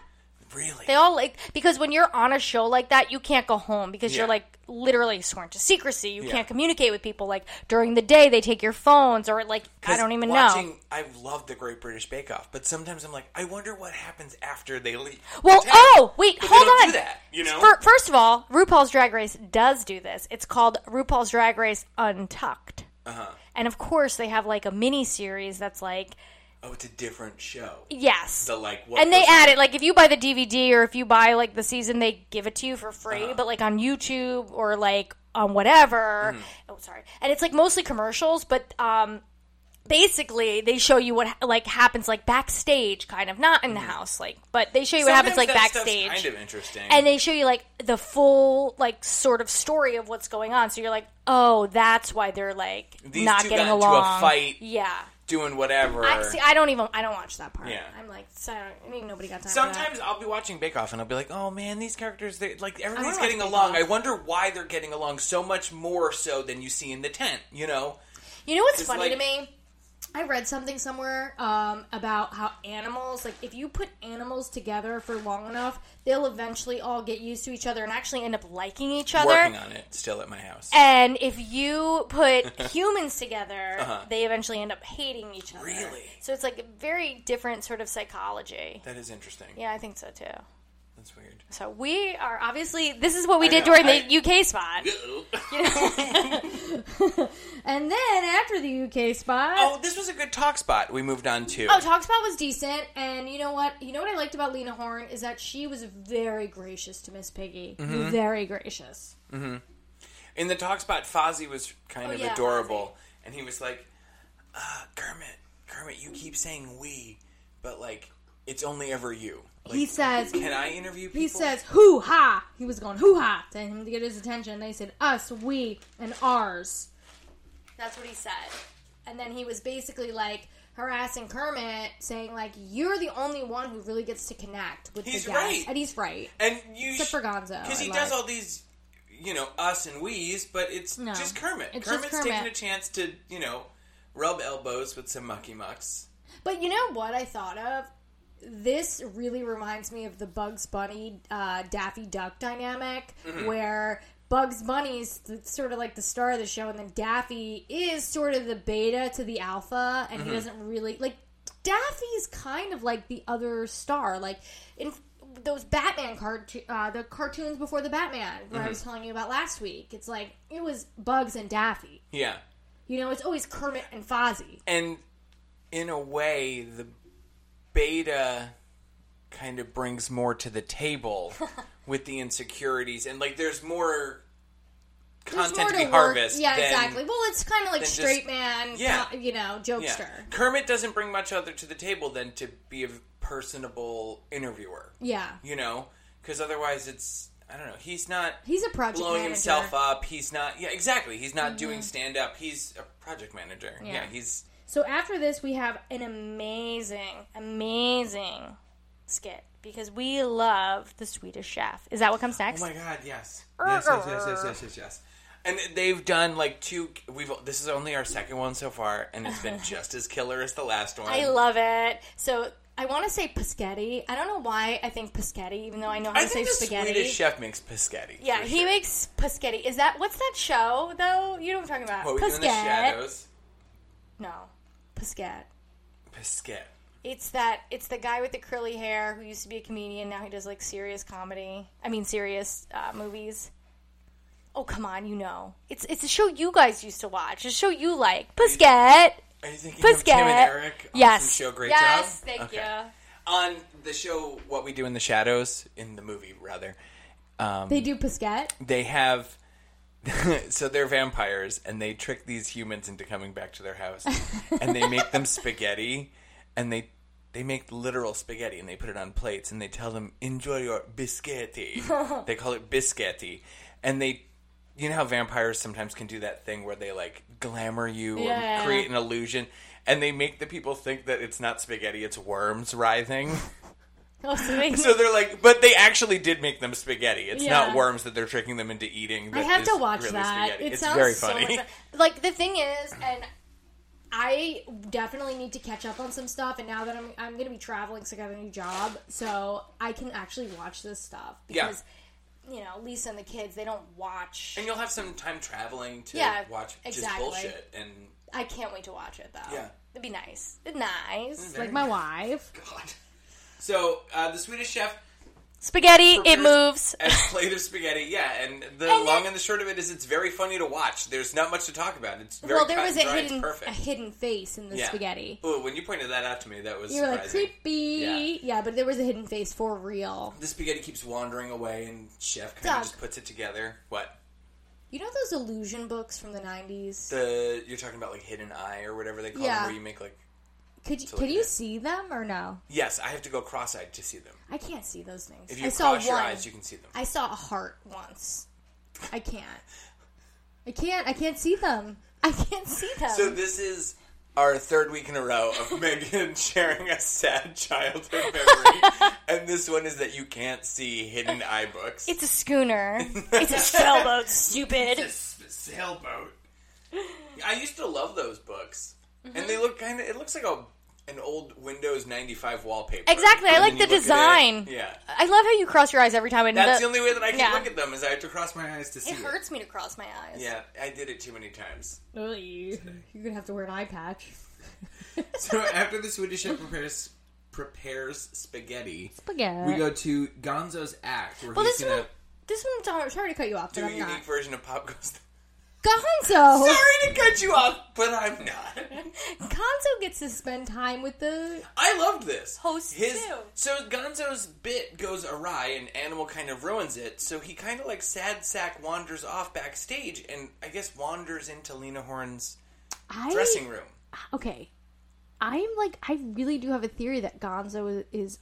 Speaker 1: Really?
Speaker 3: They all like because when you're on a show like that, you can't go home because
Speaker 1: Yeah.
Speaker 3: you're like literally sworn to secrecy. You
Speaker 1: Yeah.
Speaker 3: can't communicate with people. Like during the day, they take your phones or like I don't even
Speaker 1: watching,
Speaker 3: know.
Speaker 1: I love the Great British Bake Off, but sometimes I'm like, I wonder what happens after they leave.
Speaker 3: Well,
Speaker 1: the town.
Speaker 3: oh wait,
Speaker 1: But they
Speaker 3: hold
Speaker 1: don't
Speaker 3: on.
Speaker 1: Do that, you know?
Speaker 3: Fir- first of all, RuPaul's Drag Race does do this. It's called RuPaul's Drag Race Untucked,
Speaker 1: Uh-huh.
Speaker 3: and of course they have like a mini series that's like
Speaker 1: oh, it's a different show.
Speaker 3: yes,
Speaker 1: The like, what
Speaker 3: and they
Speaker 1: goes on-
Speaker 3: add it like if you buy the DVD or if you buy like the season, they give it to you for free.
Speaker 1: Uh-huh.
Speaker 3: But like on YouTube or like on whatever,
Speaker 1: Mm-hmm.
Speaker 3: oh sorry, and it's like mostly commercials, but um, basically they show you what like happens like backstage, kind of not in the house, like but they show you what happens like
Speaker 1: Mm-hmm. Sometimes that stuff's
Speaker 3: backstage.
Speaker 1: Kind of interesting.
Speaker 3: and they show you like the full like sort of story of what's going on. So you're like, oh, that's why they're like
Speaker 1: These
Speaker 3: not
Speaker 1: two
Speaker 3: getting
Speaker 1: got into a
Speaker 3: along.
Speaker 1: fight.
Speaker 3: Yeah.
Speaker 1: doing whatever.
Speaker 3: I, see, I don't even. I don't watch that part.
Speaker 1: Yeah.
Speaker 3: I'm like, sorry, I mean, nobody got time. for that.
Speaker 1: Sometimes I'll be watching Bake Off and I'll be like, "Oh man, these characters they like everybody's
Speaker 3: watch
Speaker 1: getting
Speaker 3: Bake
Speaker 1: along.
Speaker 3: Off.
Speaker 1: I wonder why they're getting along so much more so than you see in the tent." You know,
Speaker 3: You know what's
Speaker 1: It's
Speaker 3: funny to
Speaker 1: like-
Speaker 3: me? I read something somewhere um, about how animals, like if you put animals together for long enough, they'll eventually all get used to each other and actually end up liking each other.
Speaker 1: working on it still at my house.
Speaker 3: and if you put humans together, they eventually end up hating each other.
Speaker 1: Uh-huh. Really?
Speaker 3: So it's like a very different sort of psychology.
Speaker 1: that is interesting.
Speaker 3: Yeah, I think so too.
Speaker 1: That's weird.
Speaker 3: So we are obviously this is what we did
Speaker 1: know,
Speaker 3: during
Speaker 1: I-
Speaker 3: the UK spot. And then after the UK spot,
Speaker 1: oh, this was a good talk spot. We moved on to.
Speaker 3: Oh, Talkspot was decent, and you know what? You know what I liked about Lena Horne is that she was very gracious to Miss Piggy.
Speaker 1: Mm-hmm.
Speaker 3: Very gracious.
Speaker 1: in the talk spot, Fozzie was kind of
Speaker 3: Oh, yeah,
Speaker 1: adorable, and he was like, uh, "Kermit, Kermit, you keep saying we, but like it's only ever you." Like,
Speaker 3: He says.
Speaker 1: "Can I interview people?"
Speaker 3: He says, "Hoo ha!" He was going hoo ha to him to get his attention. They said, "Us, we, and ours." That's what he said, and then he was basically like harassing Kermit, saying like, "You're the only one who really gets to connect with
Speaker 1: He's
Speaker 3: the guys,"
Speaker 1: right.
Speaker 3: and he's right.
Speaker 1: And you
Speaker 3: Except
Speaker 1: sh-
Speaker 3: for Gonzo,
Speaker 1: because
Speaker 3: I
Speaker 1: he
Speaker 3: like.
Speaker 1: does all these you know us and we's, but it's
Speaker 3: No.
Speaker 1: just Kermit.
Speaker 3: It's just
Speaker 1: Kermit's taking
Speaker 3: Kermit.
Speaker 1: a chance to you know rub elbows with some mucky mucks.
Speaker 3: But you know what I thought of? This really reminds me of the Bugs Bunny uh, Daffy Duck dynamic, where Bugs Bunny's th- sort of like the star of the show, and then Daffy is sort of the beta to the alpha, and he doesn't really like. Daffy's kind of like the other star, like in those Batman cartoon, uh, the cartoons before the Batman, where I was telling you about last week. It's like it was Bugs and Daffy.
Speaker 1: Yeah,
Speaker 3: You know, it's always Kermit and Fozzie.
Speaker 1: and in a way, the beta kind of brings more to the table with the insecurities, and like there's more
Speaker 3: There's
Speaker 1: content
Speaker 3: more
Speaker 1: to be
Speaker 3: work-
Speaker 1: harvested.
Speaker 3: Yeah, exactly. Well, it's kind of like
Speaker 1: just-
Speaker 3: straight man,
Speaker 1: Yeah.
Speaker 3: co- you know, jokester.
Speaker 1: Yeah. Kermit doesn't bring much other to the table than to be a personable interviewer.
Speaker 3: Yeah.
Speaker 1: You know, because otherwise it's I don't know. He's not
Speaker 3: He's a project
Speaker 1: blowing
Speaker 3: manager. Mm-hmm.
Speaker 1: himself up. He's not. Yeah, exactly. He's not doing stand up. He's a project manager. Yeah. he's
Speaker 3: So after this, we have an amazing, amazing skit because we love the Swedish Chef. Is that what comes next?
Speaker 1: Oh my god, yes. Yes, yes, yes, yes, yes, yes, yes. And they've done like two. We've this is only our second one so far, and it's been just as killer as the last one.
Speaker 3: I love it. So I want to say Paschetti. I don't know why I think Paschetti, even though I know how
Speaker 1: I
Speaker 3: to say
Speaker 1: think the
Speaker 3: spaghetti.
Speaker 1: Swedish chef makes pescetti.
Speaker 3: yeah,
Speaker 1: for
Speaker 3: he
Speaker 1: sure.
Speaker 3: makes Paschetti. Is that what's that show though? You know what I'm talking about?
Speaker 1: What we do in the
Speaker 3: Pasquette.
Speaker 1: shadows?
Speaker 3: No, Pasquette.
Speaker 1: Pesquet.
Speaker 3: It's that it's the guy with the curly hair who used to be a comedian. Now he does like serious comedy. I mean, serious uh, movies. Oh come on, you know it's it's a show you guys used to watch. A show you like, Pusquet.
Speaker 1: Are you thinking of Tim
Speaker 3: Pusquet.
Speaker 1: and Eric? on
Speaker 3: yes.
Speaker 1: some show Great
Speaker 3: yes,
Speaker 1: Job?
Speaker 3: thank
Speaker 1: Okay.
Speaker 3: you.
Speaker 1: On the show What We Do in the Shadows, in the movie rather,
Speaker 3: They do Pusquet.
Speaker 1: they have. so they're vampires and they trick these humans into coming back to their house and they make them spaghetti and they they make literal spaghetti and they put it on plates and they tell them enjoy your biscotti they call it biscotti and they you know how vampires sometimes can do that thing where they like glamour you
Speaker 3: Yeah.
Speaker 1: or create an illusion and they make the people think that it's not spaghetti it's worms writhing
Speaker 3: Oh, so they-
Speaker 1: so they're like, but they actually did make them spaghetti. It's
Speaker 3: Yeah.
Speaker 1: not worms that they're tricking them into eating.
Speaker 3: I
Speaker 1: that
Speaker 3: have
Speaker 1: is
Speaker 3: to watch
Speaker 1: really
Speaker 3: that.
Speaker 1: spaghetti.
Speaker 3: It
Speaker 1: it's
Speaker 3: sounds
Speaker 1: very
Speaker 3: so
Speaker 1: funny.
Speaker 3: much fun. Like the thing is, and I definitely need to catch up on some stuff. And now that I'm I'm going to be traveling because I got a new job, so I can actually watch this stuff
Speaker 1: Yeah.
Speaker 3: because you know Lisa and the kids they don't watch.
Speaker 1: and you'll have some time traveling to
Speaker 3: Yeah,
Speaker 1: watch just
Speaker 3: exactly.
Speaker 1: bullshit. And
Speaker 3: I can't wait to watch it though.
Speaker 1: Yeah. Mm,
Speaker 3: It'd be nice. It'd nice.
Speaker 1: very
Speaker 3: Like my wife.
Speaker 1: God. So uh, the Swedish Chef
Speaker 3: Spaghetti, it
Speaker 1: prepares
Speaker 3: moves.
Speaker 1: a plate of spaghetti. Yeah, and the
Speaker 3: And
Speaker 1: long
Speaker 3: it-
Speaker 1: and the short of it is, it's very funny to watch. There's not much to talk about. It's very
Speaker 3: Well, there
Speaker 1: cut
Speaker 3: was a
Speaker 1: and dry. It's
Speaker 3: hidden
Speaker 1: perfect.
Speaker 3: a hidden face in the
Speaker 1: Yeah.
Speaker 3: spaghetti.
Speaker 1: Ooh, when you pointed that out to me, that was
Speaker 3: You were like
Speaker 1: surprising.
Speaker 3: creepy. yeah, but there was a hidden face for real.
Speaker 1: The spaghetti keeps wandering away, and Chef kind
Speaker 3: Doug.
Speaker 1: of just puts it together. What?
Speaker 3: You know those illusion books from the nineties?
Speaker 1: The you're talking about like hidden eye or whatever they call
Speaker 3: Yeah.
Speaker 1: them, where you make like
Speaker 3: Could you,
Speaker 1: look
Speaker 3: could
Speaker 1: at
Speaker 3: you
Speaker 1: it.
Speaker 3: see them or no?
Speaker 1: Yes, I have to go cross-eyed to see them.
Speaker 3: I can't see those things.
Speaker 1: If you
Speaker 3: I saw
Speaker 1: cross your
Speaker 3: one.
Speaker 1: eyes, you can see them.
Speaker 3: I saw a heart once. I can't. I can't. I can't see them. I can't see them.
Speaker 1: So this is our third week in a row of Megan sharing a sad childhood memory, and this one is that you can't see hidden eye books.
Speaker 3: it's a schooner. it's a sailboat. Stupid.
Speaker 1: a s- sailboat. I used to love those books,
Speaker 3: Mm-hmm.
Speaker 1: and they look kind of. It looks like a an old Windows ninety five wallpaper.
Speaker 3: Exactly, I
Speaker 1: And
Speaker 3: like
Speaker 1: then
Speaker 3: the
Speaker 1: you look at it-
Speaker 3: design.
Speaker 1: Yeah.
Speaker 3: I love how you cross your eyes every time. And
Speaker 1: That's the only way that I can
Speaker 3: yeah.
Speaker 1: look at them is I have to cross my eyes to see
Speaker 3: It hurts me to cross my eyes.
Speaker 1: Yeah, I did it too many times.
Speaker 3: You're gonna have to wear an eye patch.
Speaker 1: So after the Swedish chef prepares prepares spaghetti,
Speaker 3: Spaghetti.
Speaker 1: we go to Gonzo's act where
Speaker 3: well,
Speaker 1: he's
Speaker 3: this
Speaker 1: gonna
Speaker 3: one. This one's hard. Sorry to cut you off,
Speaker 1: do
Speaker 3: but
Speaker 1: a
Speaker 3: I'm
Speaker 1: unique
Speaker 3: not.
Speaker 1: version of Pop Goes. the-
Speaker 3: Gonzo.
Speaker 1: Sorry to cut you off, but I'm not.
Speaker 3: Gonzo gets to spend time with the.
Speaker 1: I loved this.
Speaker 3: Host too.
Speaker 1: So Gonzo's bit goes awry, and Animal kind of ruins it. So he kind of like sad sack wanders off backstage, and I guess wanders into Lena Horne's
Speaker 3: I,
Speaker 1: dressing room.
Speaker 3: okay i'm like i really do have a theory that gonzo is, is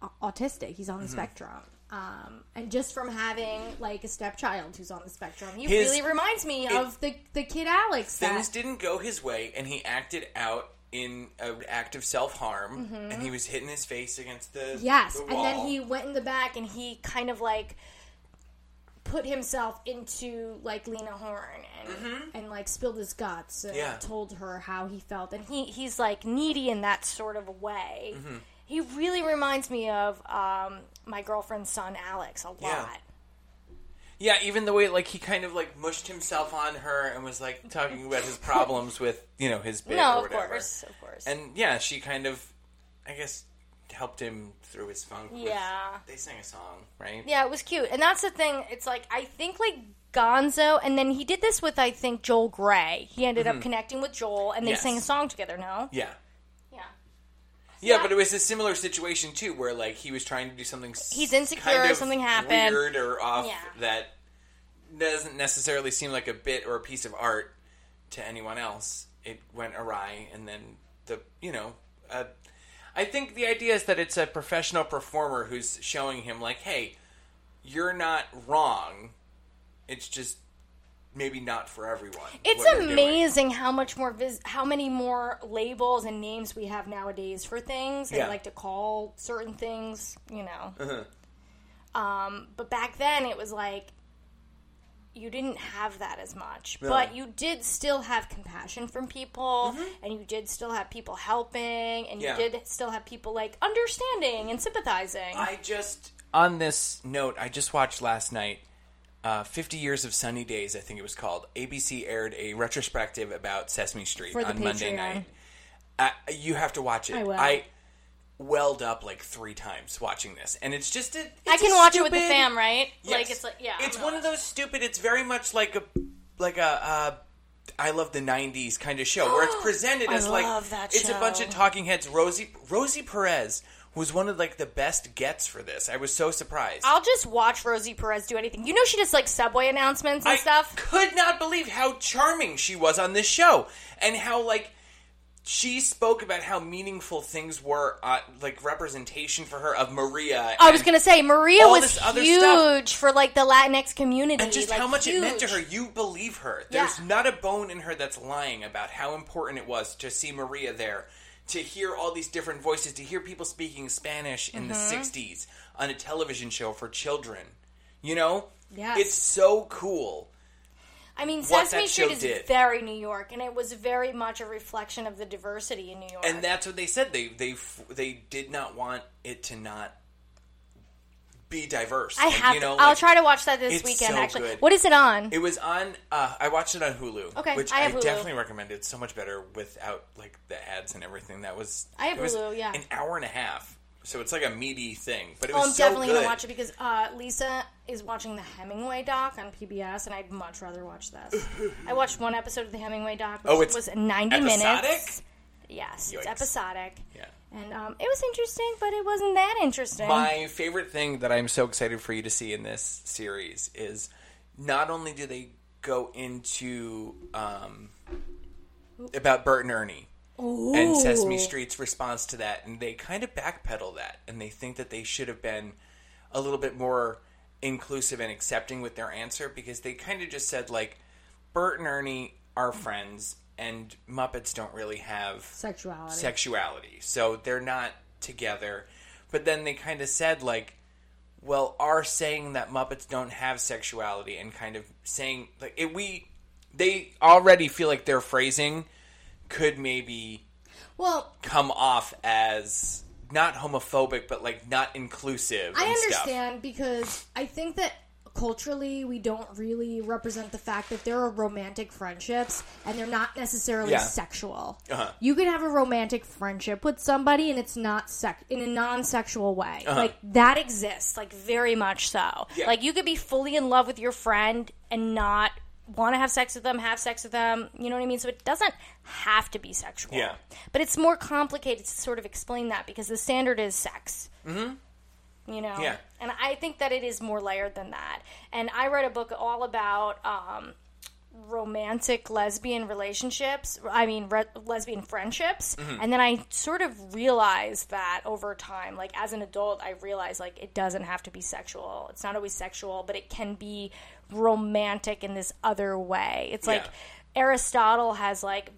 Speaker 3: au- autistic he's
Speaker 1: Mm-hmm.
Speaker 3: on the spectrum um, and just from having like a stepchild who's on the spectrum he
Speaker 1: His-
Speaker 3: really reminds me of the the kid alex that,
Speaker 1: things didn't go his way and he acted out in an act of self-harm and he was hitting his face against the
Speaker 3: yes
Speaker 1: the
Speaker 3: and then
Speaker 1: wall.
Speaker 3: he went in the back and he kind of like put himself into like Lena Horne and and like spilled his guts and
Speaker 1: Mm-hmm. Yeah.
Speaker 3: told her how he felt and he he's like needy in that sort of a way.
Speaker 1: Mm-hmm.
Speaker 3: He really reminds me of um, my girlfriend's son Alex a lot.
Speaker 1: Yeah. Yeah, even the way like he kind of like mushed himself on her and was like talking about his problems with you know his bit or
Speaker 3: No, of
Speaker 1: whatever.
Speaker 3: course, of course.
Speaker 1: And yeah, she kind of, I guess, helped him through his funk. with-
Speaker 3: Yeah.
Speaker 1: they sang a song, right?
Speaker 3: Yeah, it was cute. And that's the thing. It's like, I think, like, Gonzo, and then he did this with, I think, Joel Gray. He ended up connecting with Joel, and they
Speaker 1: Mm-hmm. Yes.
Speaker 3: sang a song together, no?
Speaker 1: yeah.
Speaker 3: Yeah.
Speaker 1: Yeah,
Speaker 3: Yeah.
Speaker 1: but it was a similar situation too, where like he was trying to do something. s-
Speaker 3: He's insecure, something happened.
Speaker 1: weird or off
Speaker 3: Yeah.
Speaker 1: that doesn't necessarily seem like a bit or a piece of art to anyone else. It went awry, and then the you know, uh, I think the idea is that it's a professional performer who's showing him like, hey, you're not wrong. It's just maybe not for everyone.
Speaker 3: It's
Speaker 1: what you're doing."
Speaker 3: amazing how much more vis- how many more labels and names we have nowadays for things. They
Speaker 1: Yeah. Uh-huh.
Speaker 3: like to call certain things, you know. Um, but back then, it was like you didn't have that as much, but you did still have compassion from people, and you did still have people helping, and
Speaker 1: Mm-hmm. Yeah.
Speaker 3: you did still have people like understanding and sympathizing.
Speaker 1: I just on this note, I just watched last night. Uh, 50 years of sunny days i think it was called abc aired a retrospective about sesame street
Speaker 3: For the
Speaker 1: on monday
Speaker 3: Patreon.
Speaker 1: night uh, you have to watch it
Speaker 3: I will.
Speaker 1: welled up like three times watching this and it's just a
Speaker 3: I
Speaker 1: it's a
Speaker 3: can watch it with the
Speaker 1: stupid-
Speaker 3: fam, right? Like
Speaker 1: Yes.
Speaker 3: it's like yeah,
Speaker 1: it's
Speaker 3: I'm
Speaker 1: one
Speaker 3: not-
Speaker 1: of those stupid. It's very much like a like a uh, I love the '90s kind of show where it's presented
Speaker 3: I
Speaker 1: as like
Speaker 3: love that
Speaker 1: it's a bunch of
Speaker 3: show.
Speaker 1: talking heads. Rosie Rosie Perez was one of like the best gets for this. I was so surprised.
Speaker 3: I'll just watch Rosie Perez do anything. You know, she does like subway announcements and
Speaker 1: I
Speaker 3: stuff.
Speaker 1: could not believe how charming she was on this show and how like she spoke about how meaningful things were, uh, like representation for her of Maria.
Speaker 3: I was gonna say Maria
Speaker 1: all
Speaker 3: was
Speaker 1: this other
Speaker 3: huge
Speaker 1: stuff.
Speaker 3: for like the Latinx community,
Speaker 1: and just
Speaker 3: like,
Speaker 1: how much it meant to her.
Speaker 3: huge.
Speaker 1: You believe her.
Speaker 3: Yeah.
Speaker 1: There's not a bone in her that's lying about how important it was to see Maria there, to hear all these different voices, to hear people speaking Spanish in the
Speaker 3: Mm-hmm.
Speaker 1: 60s on a television show for children. You know?
Speaker 3: Yes.
Speaker 1: It's so cool.
Speaker 3: I mean,
Speaker 1: what
Speaker 3: Sesame
Speaker 1: that
Speaker 3: Street
Speaker 1: show
Speaker 3: is
Speaker 1: did.
Speaker 3: very New York, and it was very much a reflection of the diversity in New York.
Speaker 1: And that's what they said. They they f- they did not want it to not be diverse.
Speaker 3: I
Speaker 1: And,
Speaker 3: have.
Speaker 1: You know,
Speaker 3: to, I'll
Speaker 1: like,
Speaker 3: try to watch that this
Speaker 1: it's
Speaker 3: weekend.
Speaker 1: so
Speaker 3: actually,
Speaker 1: good.
Speaker 3: what is it on?
Speaker 1: It was on. Uh, I watched it on Hulu.
Speaker 3: Okay,
Speaker 1: which
Speaker 3: I
Speaker 1: I,
Speaker 3: have Hulu.
Speaker 1: definitely recommend. It's so much better without like the ads and everything. That was
Speaker 3: I have
Speaker 1: it was
Speaker 3: Hulu, yeah.
Speaker 1: an hour and a half. So it's like a meaty thing, but it
Speaker 3: oh,
Speaker 1: was
Speaker 3: I'm
Speaker 1: so
Speaker 3: definitely
Speaker 1: good.
Speaker 3: gonna watch it because uh, Lisa is watching the Hemingway doc on PBS, and I'd much rather watch this. I watched one episode of the Hemingway doc, which
Speaker 1: Oh, it's
Speaker 3: was 90
Speaker 1: episodic?
Speaker 3: minutes. Yes, it's
Speaker 1: Yikes.
Speaker 3: episodic.
Speaker 1: Yeah.
Speaker 3: And um, it was interesting, but it wasn't that interesting.
Speaker 1: My favorite thing that I'm so excited for you to see in this series is not only do they go into um, about Bert and Ernie and Sesame Street's response to that, and they kind of backpedal that, and they think that they should have been a little bit more inclusive and accepting with their answer because they kind of just said like Bert and Ernie are friends, and Muppets don't really have
Speaker 3: sexuality.
Speaker 1: sexuality. So they're not together. But then they kind of said, like, well, are saying that Muppets don't have sexuality and kind of saying, like, it, we, they already feel like their phrasing could maybe
Speaker 3: well,
Speaker 1: come off as not homophobic, but like not inclusive.
Speaker 3: I
Speaker 1: and
Speaker 3: understand because I think that culturally we don't really represent the fact that there are romantic friendships and they're not necessarily
Speaker 1: Yeah.
Speaker 3: sexual.
Speaker 1: Uh-huh.
Speaker 3: You could have a romantic friendship with somebody and it's not sex in a non-sexual way. Like that exists, like very much so.
Speaker 1: Uh-huh. Yeah.
Speaker 3: Like you could be fully in love with your friend and not want to have sex with them, have sex with them, you know what I mean? So it doesn't have to be sexual.
Speaker 1: Yeah.
Speaker 3: But it's more complicated to sort of explain that because the standard is sex you know
Speaker 1: Yeah.
Speaker 3: and i think that it is more layered than that and i read a book all about um, romantic lesbian relationships i mean re- lesbian friendships
Speaker 1: Mm-hmm.
Speaker 3: and then i sort of realized that over time like as an adult i realized like it doesn't have to be sexual it's not always sexual but it can be romantic in this other way it's like
Speaker 1: Yeah.
Speaker 3: aristotle has like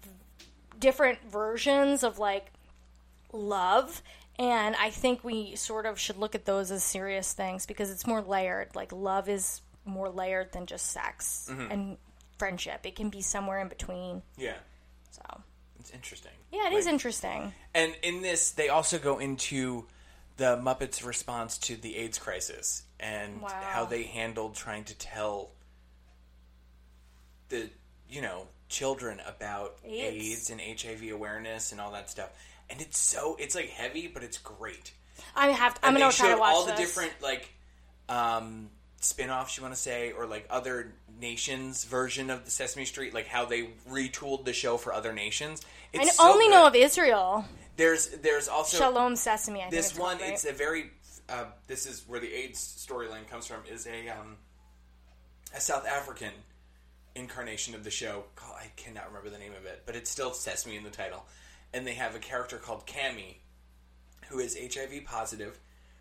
Speaker 3: different versions of like love and i think we sort of should look at those as serious things because it's more layered like love is more layered than just sex
Speaker 1: Mm-hmm.
Speaker 3: and friendship. It can be somewhere in between.
Speaker 1: Yeah.
Speaker 3: So
Speaker 1: It's interesting.
Speaker 3: yeah, it is
Speaker 1: Like-
Speaker 3: interesting.
Speaker 1: And in this, they also go into the Muppets' response to the AIDS crisis and
Speaker 3: Wow.
Speaker 1: how they handled trying to tell the, you know, children about AIDS.
Speaker 3: AIDS.
Speaker 1: and HIV awareness and all that stuff. And it's so, it's like heavy, but it's great.
Speaker 3: I have. To, I'm
Speaker 1: And
Speaker 3: gonna
Speaker 1: they
Speaker 3: try to
Speaker 1: showed
Speaker 3: watch
Speaker 1: all
Speaker 3: this.
Speaker 1: the different, like, um, spin-offs you want to say or like other nations version of the sesame street like how they retooled the show for other nations it's
Speaker 3: I
Speaker 1: so
Speaker 3: only
Speaker 1: good.
Speaker 3: know of Israel.
Speaker 1: there's there's also
Speaker 3: Shalom Sesame. I think
Speaker 1: this
Speaker 3: it's
Speaker 1: one
Speaker 3: called, right?
Speaker 1: it's a very uh, this is where the AIDS storyline comes from is a um, a South African incarnation of the show. God, I cannot remember the name of it, but it's still Sesame in the title, and they have a character called Cammy, who is HIV positive.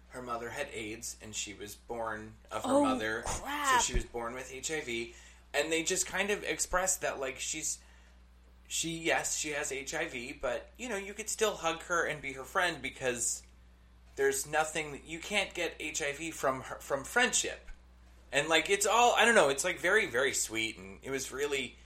Speaker 1: Her mother had AIDS, and she was born of her
Speaker 3: Oh,
Speaker 1: mother,
Speaker 3: crap.
Speaker 1: so she was born with HIV. And they just kind of expressed that like she's she yes she has hiv but you know you could still hug her and be her friend because there's nothing you can't get hiv from her, from friendship and like it's all i don't know it's like very very sweet and it was really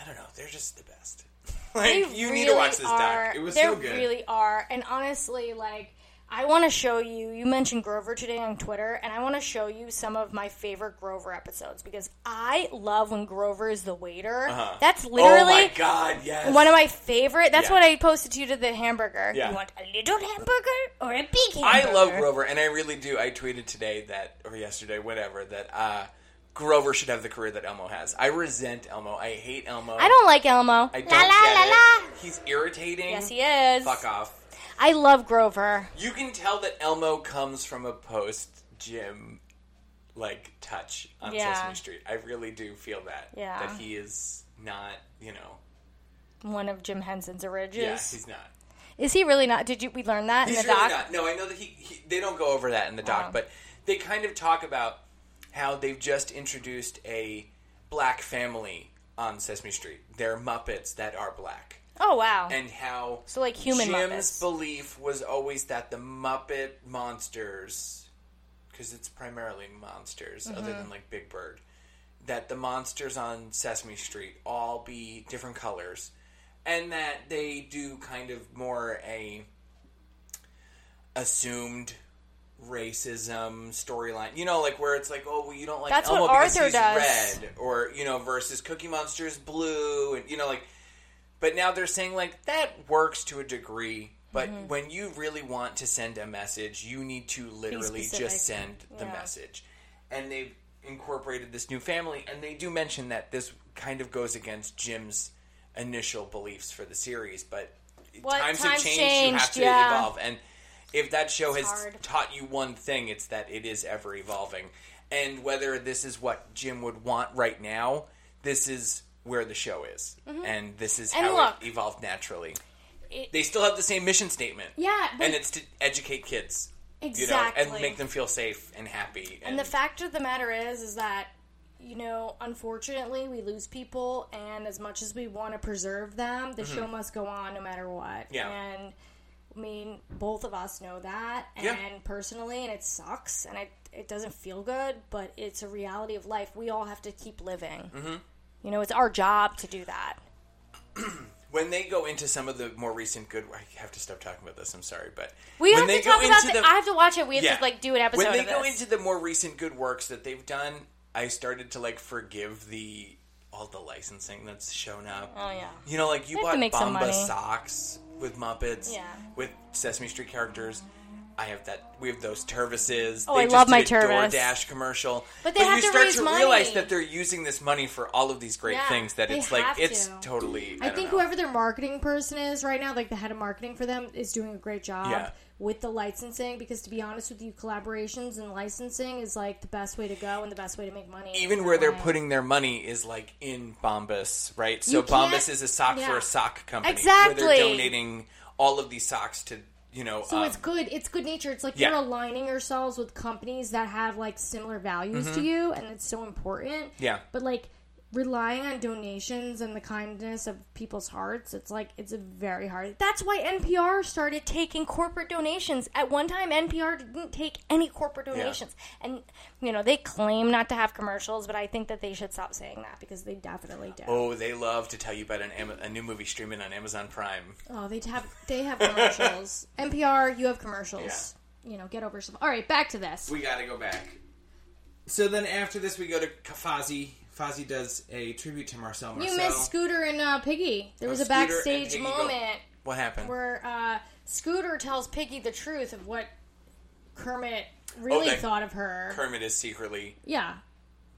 Speaker 1: i don't know they're just the best like
Speaker 3: They
Speaker 1: you need to watch
Speaker 3: really
Speaker 1: this
Speaker 3: are-
Speaker 1: doc it was
Speaker 3: they
Speaker 1: so good
Speaker 3: really are. And honestly, like, I want to show you. You mentioned Grover today on Twitter, and I want to show you some of my favorite Grover episodes because I love when Grover is the waiter. That's
Speaker 1: oh
Speaker 3: literally
Speaker 1: my god yes
Speaker 3: one of my favorite. That's
Speaker 1: Yeah.
Speaker 3: what I posted to you to the hamburger.
Speaker 1: Yeah.
Speaker 3: You want a little hamburger or a big hamburger?
Speaker 1: I love Grover, and I really do. I tweeted today that, or yesterday, whatever, that uh, Grover should have the career that Elmo has. I resent Elmo. I hate Elmo.
Speaker 3: I don't like Elmo.
Speaker 1: I don't
Speaker 3: la la
Speaker 1: get
Speaker 3: la
Speaker 1: it.
Speaker 3: la.
Speaker 1: He's irritating.
Speaker 3: Yes, he is.
Speaker 1: Fuck off.
Speaker 3: I love Grover.
Speaker 1: You can tell that Elmo comes from a post gym like touch on
Speaker 3: Yeah.
Speaker 1: Sesame Street. I really do feel that.
Speaker 3: Yeah.
Speaker 1: That he is not, you know.
Speaker 3: One of Jim Henson's
Speaker 1: Yeah,
Speaker 3: originals.
Speaker 1: he's not.
Speaker 3: is he really not? Did you? We learned that
Speaker 1: He's
Speaker 3: in the doc.
Speaker 1: really not. No, I know that he, he. They don't go over that in the doc,
Speaker 3: Oh.
Speaker 1: but they kind of talk about how they've just introduced a black family on Sesame Street. They're Muppets that are black,
Speaker 3: Oh wow.
Speaker 1: and how
Speaker 3: So, like, human
Speaker 1: Jim's
Speaker 3: Muppets.
Speaker 1: belief was always that the Muppet monsters, because it's primarily monsters,
Speaker 3: Mm-hmm.
Speaker 1: other than like Big Bird, that the monsters on Sesame Street all be different colors, and that they do kind of more a assumed racism storyline. You know, like where it's like, oh, well, you don't like
Speaker 3: That's what
Speaker 1: Elmo because
Speaker 3: Arthur
Speaker 1: he's
Speaker 3: does.
Speaker 1: red, or you know, versus Cookie Monster's blue, and you know, like. But now they're saying like that works to a degree. But
Speaker 3: Mm-hmm.
Speaker 1: when you really want to send a message, you need to literally
Speaker 3: specific.
Speaker 1: just send the
Speaker 3: Yeah.
Speaker 1: message. And they've incorporated this new family, and they do mention that this kind of goes against Jim's initial beliefs for the series. But
Speaker 3: What
Speaker 1: times, have
Speaker 3: times
Speaker 1: changed, you
Speaker 3: changed,
Speaker 1: have to
Speaker 3: yeah.
Speaker 1: evolve. And if that show has
Speaker 3: hard.
Speaker 1: taught you one thing, it's that it is ever evolving. And whether this is what Jim would want right now, this is where the show is,
Speaker 3: Mm-hmm.
Speaker 1: and this is
Speaker 3: And
Speaker 1: how
Speaker 3: look-
Speaker 1: it evolved naturally.
Speaker 3: It-
Speaker 1: they still have the same mission statement,
Speaker 3: Yeah, but-
Speaker 1: and it's to educate kids, you know,
Speaker 3: Exactly.
Speaker 1: and make them feel safe and happy.
Speaker 3: And the fact of the matter is, is that you know, unfortunately, we lose people, and as much as we want to preserve them, the show must go on no matter what.
Speaker 1: Mm-hmm. Yeah.
Speaker 3: And I mean, both of us know that, and
Speaker 1: Yeah.
Speaker 3: personally, and it sucks, and it it doesn't feel good, but it's a reality of life. We all have to keep living. Mm-hmm. You know, it's our job to do that.
Speaker 1: when they go into some of the more recent good, I have to stop talking about this. I'm sorry, but
Speaker 3: We
Speaker 1: when
Speaker 3: have
Speaker 1: they
Speaker 3: to
Speaker 1: go
Speaker 3: talk about.
Speaker 1: into
Speaker 3: The, I have to watch it. We have to like do an episode
Speaker 1: When they
Speaker 3: of
Speaker 1: go
Speaker 3: this.
Speaker 1: into the more recent good works that they've done, I started to like forgive the all the licensing that's shown up.
Speaker 3: oh yeah.
Speaker 1: You know, like you
Speaker 3: They have
Speaker 1: bought
Speaker 3: to make some
Speaker 1: Bomba
Speaker 3: money.
Speaker 1: socks with Muppets,
Speaker 3: Yeah.
Speaker 1: with Sesame Street characters. I have that. We have those Tervises.
Speaker 3: Oh, I love my
Speaker 1: did a
Speaker 3: Tervis.
Speaker 1: DoorDash commercial.
Speaker 3: But they have
Speaker 1: you
Speaker 3: to
Speaker 1: start
Speaker 3: raise
Speaker 1: to
Speaker 3: money.
Speaker 1: realize that they're using this money for all of these great
Speaker 3: Yeah,
Speaker 1: things. That
Speaker 3: they
Speaker 1: it's like
Speaker 3: have
Speaker 1: it's
Speaker 3: to.
Speaker 1: totally. I,
Speaker 3: I
Speaker 1: don't
Speaker 3: think
Speaker 1: know.
Speaker 3: whoever their marketing person is right now, like the head of marketing for them, is doing a great job
Speaker 1: Yeah.
Speaker 3: with the licensing because, to be honest with you, collaborations and licensing is like the best way to go and the best way to make money.
Speaker 1: even where they're
Speaker 3: Right.
Speaker 1: putting their money is like in Bombas, right? So
Speaker 3: You can't-
Speaker 1: Bombas is a sock for
Speaker 3: yeah.
Speaker 1: a sock company. Where
Speaker 3: Exactly.
Speaker 1: they're donating all of these socks to, you know.
Speaker 3: So
Speaker 1: um,
Speaker 3: it's good. It's good nature. It's like
Speaker 1: Yeah.
Speaker 3: you're aligning yourselves with companies that have like similar values to you, and it's so important.
Speaker 1: Mm-hmm. Yeah.
Speaker 3: But like, relying on donations and the kindness of people's hearts, it's like it's very hard. That's why NPR started taking corporate donations. At one time, NPR didn't take any corporate donations, and you know they claim not to have commercials, but I think that they should stop saying that because they definitely do. Oh,
Speaker 1: Oh, they love to tell you about an Ama- a new movie streaming on Amazon Prime.
Speaker 3: Oh, they have they have commercials. NPR, you have commercials. You know, get over yourself. All right, back to this.
Speaker 1: We gotta go back. So then after this, we go to Kafazi. Fazi does a tribute to Marcel Marceau.
Speaker 3: you missed Scooter and uh, Piggy. There was a
Speaker 1: Scooter and
Speaker 3: backstage
Speaker 1: Piggy go-
Speaker 3: moment.
Speaker 1: What happened?
Speaker 3: where uh, Scooter tells Piggy the truth of what Kermit really
Speaker 1: Okay.
Speaker 3: thought of her.
Speaker 1: Kermit is secretly
Speaker 3: yeah,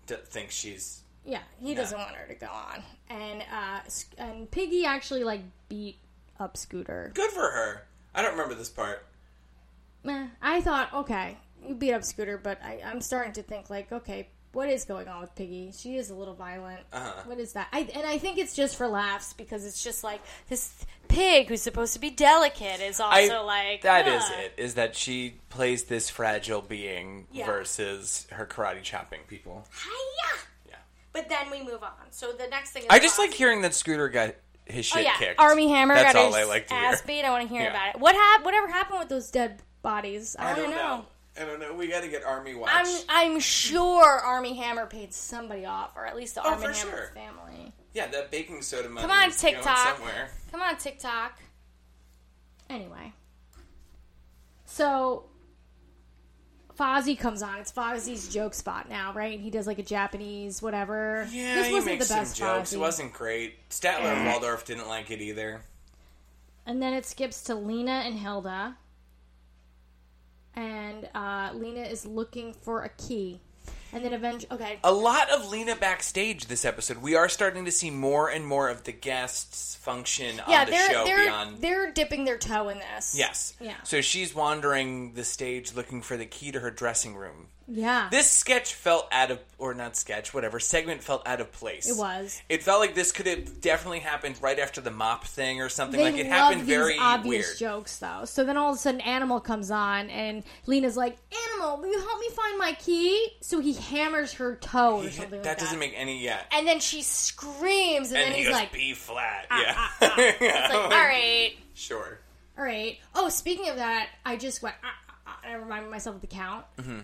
Speaker 1: d- thinks she's
Speaker 3: yeah, he doesn't want her to go on, and uh, Sc- and Piggy actually like beat up Scooter.
Speaker 1: good for her. I don't remember this part.
Speaker 3: Meh, I thought, okay, you beat up Scooter, but I, I'm starting to think like, okay. What is going on with Piggy? She is a little violent.
Speaker 1: Uh-huh.
Speaker 3: What is that? I, and I think it's just for laughs because it's just like this pig who's supposed to be delicate is also like
Speaker 1: that is
Speaker 3: yeah.
Speaker 1: it. Is that she plays this fragile being
Speaker 3: Yeah.
Speaker 1: versus her karate chopping people?
Speaker 3: Hi-ya!
Speaker 1: Yeah.
Speaker 3: But then we move on. So the next thing is
Speaker 1: I just
Speaker 3: Fox.
Speaker 1: like hearing that Scooter got his
Speaker 3: oh
Speaker 1: shit
Speaker 3: yeah,
Speaker 1: kicked.
Speaker 3: Army Hammer
Speaker 1: That's
Speaker 3: got
Speaker 1: all
Speaker 3: his
Speaker 1: I like to hear.
Speaker 3: ass beat. I want to hear
Speaker 1: Yeah.
Speaker 3: about it. What hap- Whatever happened with those dead bodies? I,
Speaker 1: I
Speaker 3: want
Speaker 1: don't
Speaker 3: to
Speaker 1: know. I don't know. We got to get Army watch.
Speaker 3: I'm I'm sure Army Hammer paid somebody off, or at least the Army
Speaker 1: Oh, for
Speaker 3: Hammer
Speaker 1: sure.
Speaker 3: family.
Speaker 1: yeah, that baking soda money.
Speaker 3: Come on,
Speaker 1: is going
Speaker 3: TikTok.
Speaker 1: Somewhere.
Speaker 3: Come on, TikTok. Anyway, so Fozzie comes on. It's Fozzie's joke spot now, right? He does like a Japanese whatever.
Speaker 1: Yeah,
Speaker 3: this
Speaker 1: he
Speaker 3: wasn't
Speaker 1: makes
Speaker 3: the best
Speaker 1: some jokes.
Speaker 3: Fozzie.
Speaker 1: It wasn't great. Statler and Waldorf didn't like it either.
Speaker 3: And then it skips to Lena and Hilda. And uh, Lena is looking for a key. And then eventually, okay,
Speaker 1: A lot of Lena backstage this episode. We are starting to see more and more of the guests function
Speaker 3: yeah,
Speaker 1: on the
Speaker 3: they're
Speaker 1: show
Speaker 3: they're
Speaker 1: beyond
Speaker 3: they're dipping their toe in this.
Speaker 1: Yes.
Speaker 3: Yeah.
Speaker 1: So she's wandering the stage looking for the key to her dressing room.
Speaker 3: yeah.
Speaker 1: This sketch felt out of, or not sketch, whatever, segment felt out of place.
Speaker 3: It was.
Speaker 1: It felt like this could have definitely happened right after the mop thing or something.
Speaker 3: they
Speaker 1: like it
Speaker 3: love
Speaker 1: happened
Speaker 3: these
Speaker 1: very
Speaker 3: obvious
Speaker 1: weird.
Speaker 3: jokes though. So then all of a sudden, Animal comes on, and Lena's like, "Animal, will you help me find my key?" So he hammers her toe or something.
Speaker 1: that
Speaker 3: like
Speaker 1: doesn't make any yet.
Speaker 3: And then she screams, and,
Speaker 1: And
Speaker 3: then
Speaker 1: he
Speaker 3: he's
Speaker 1: goes
Speaker 3: like, ah,
Speaker 1: B flat. yeah.
Speaker 3: like, "All right."
Speaker 1: Sure.
Speaker 3: All right. Oh, speaking of that, I just went. Ah, ah, ah, and I reminded myself of the count. Mm-hmm.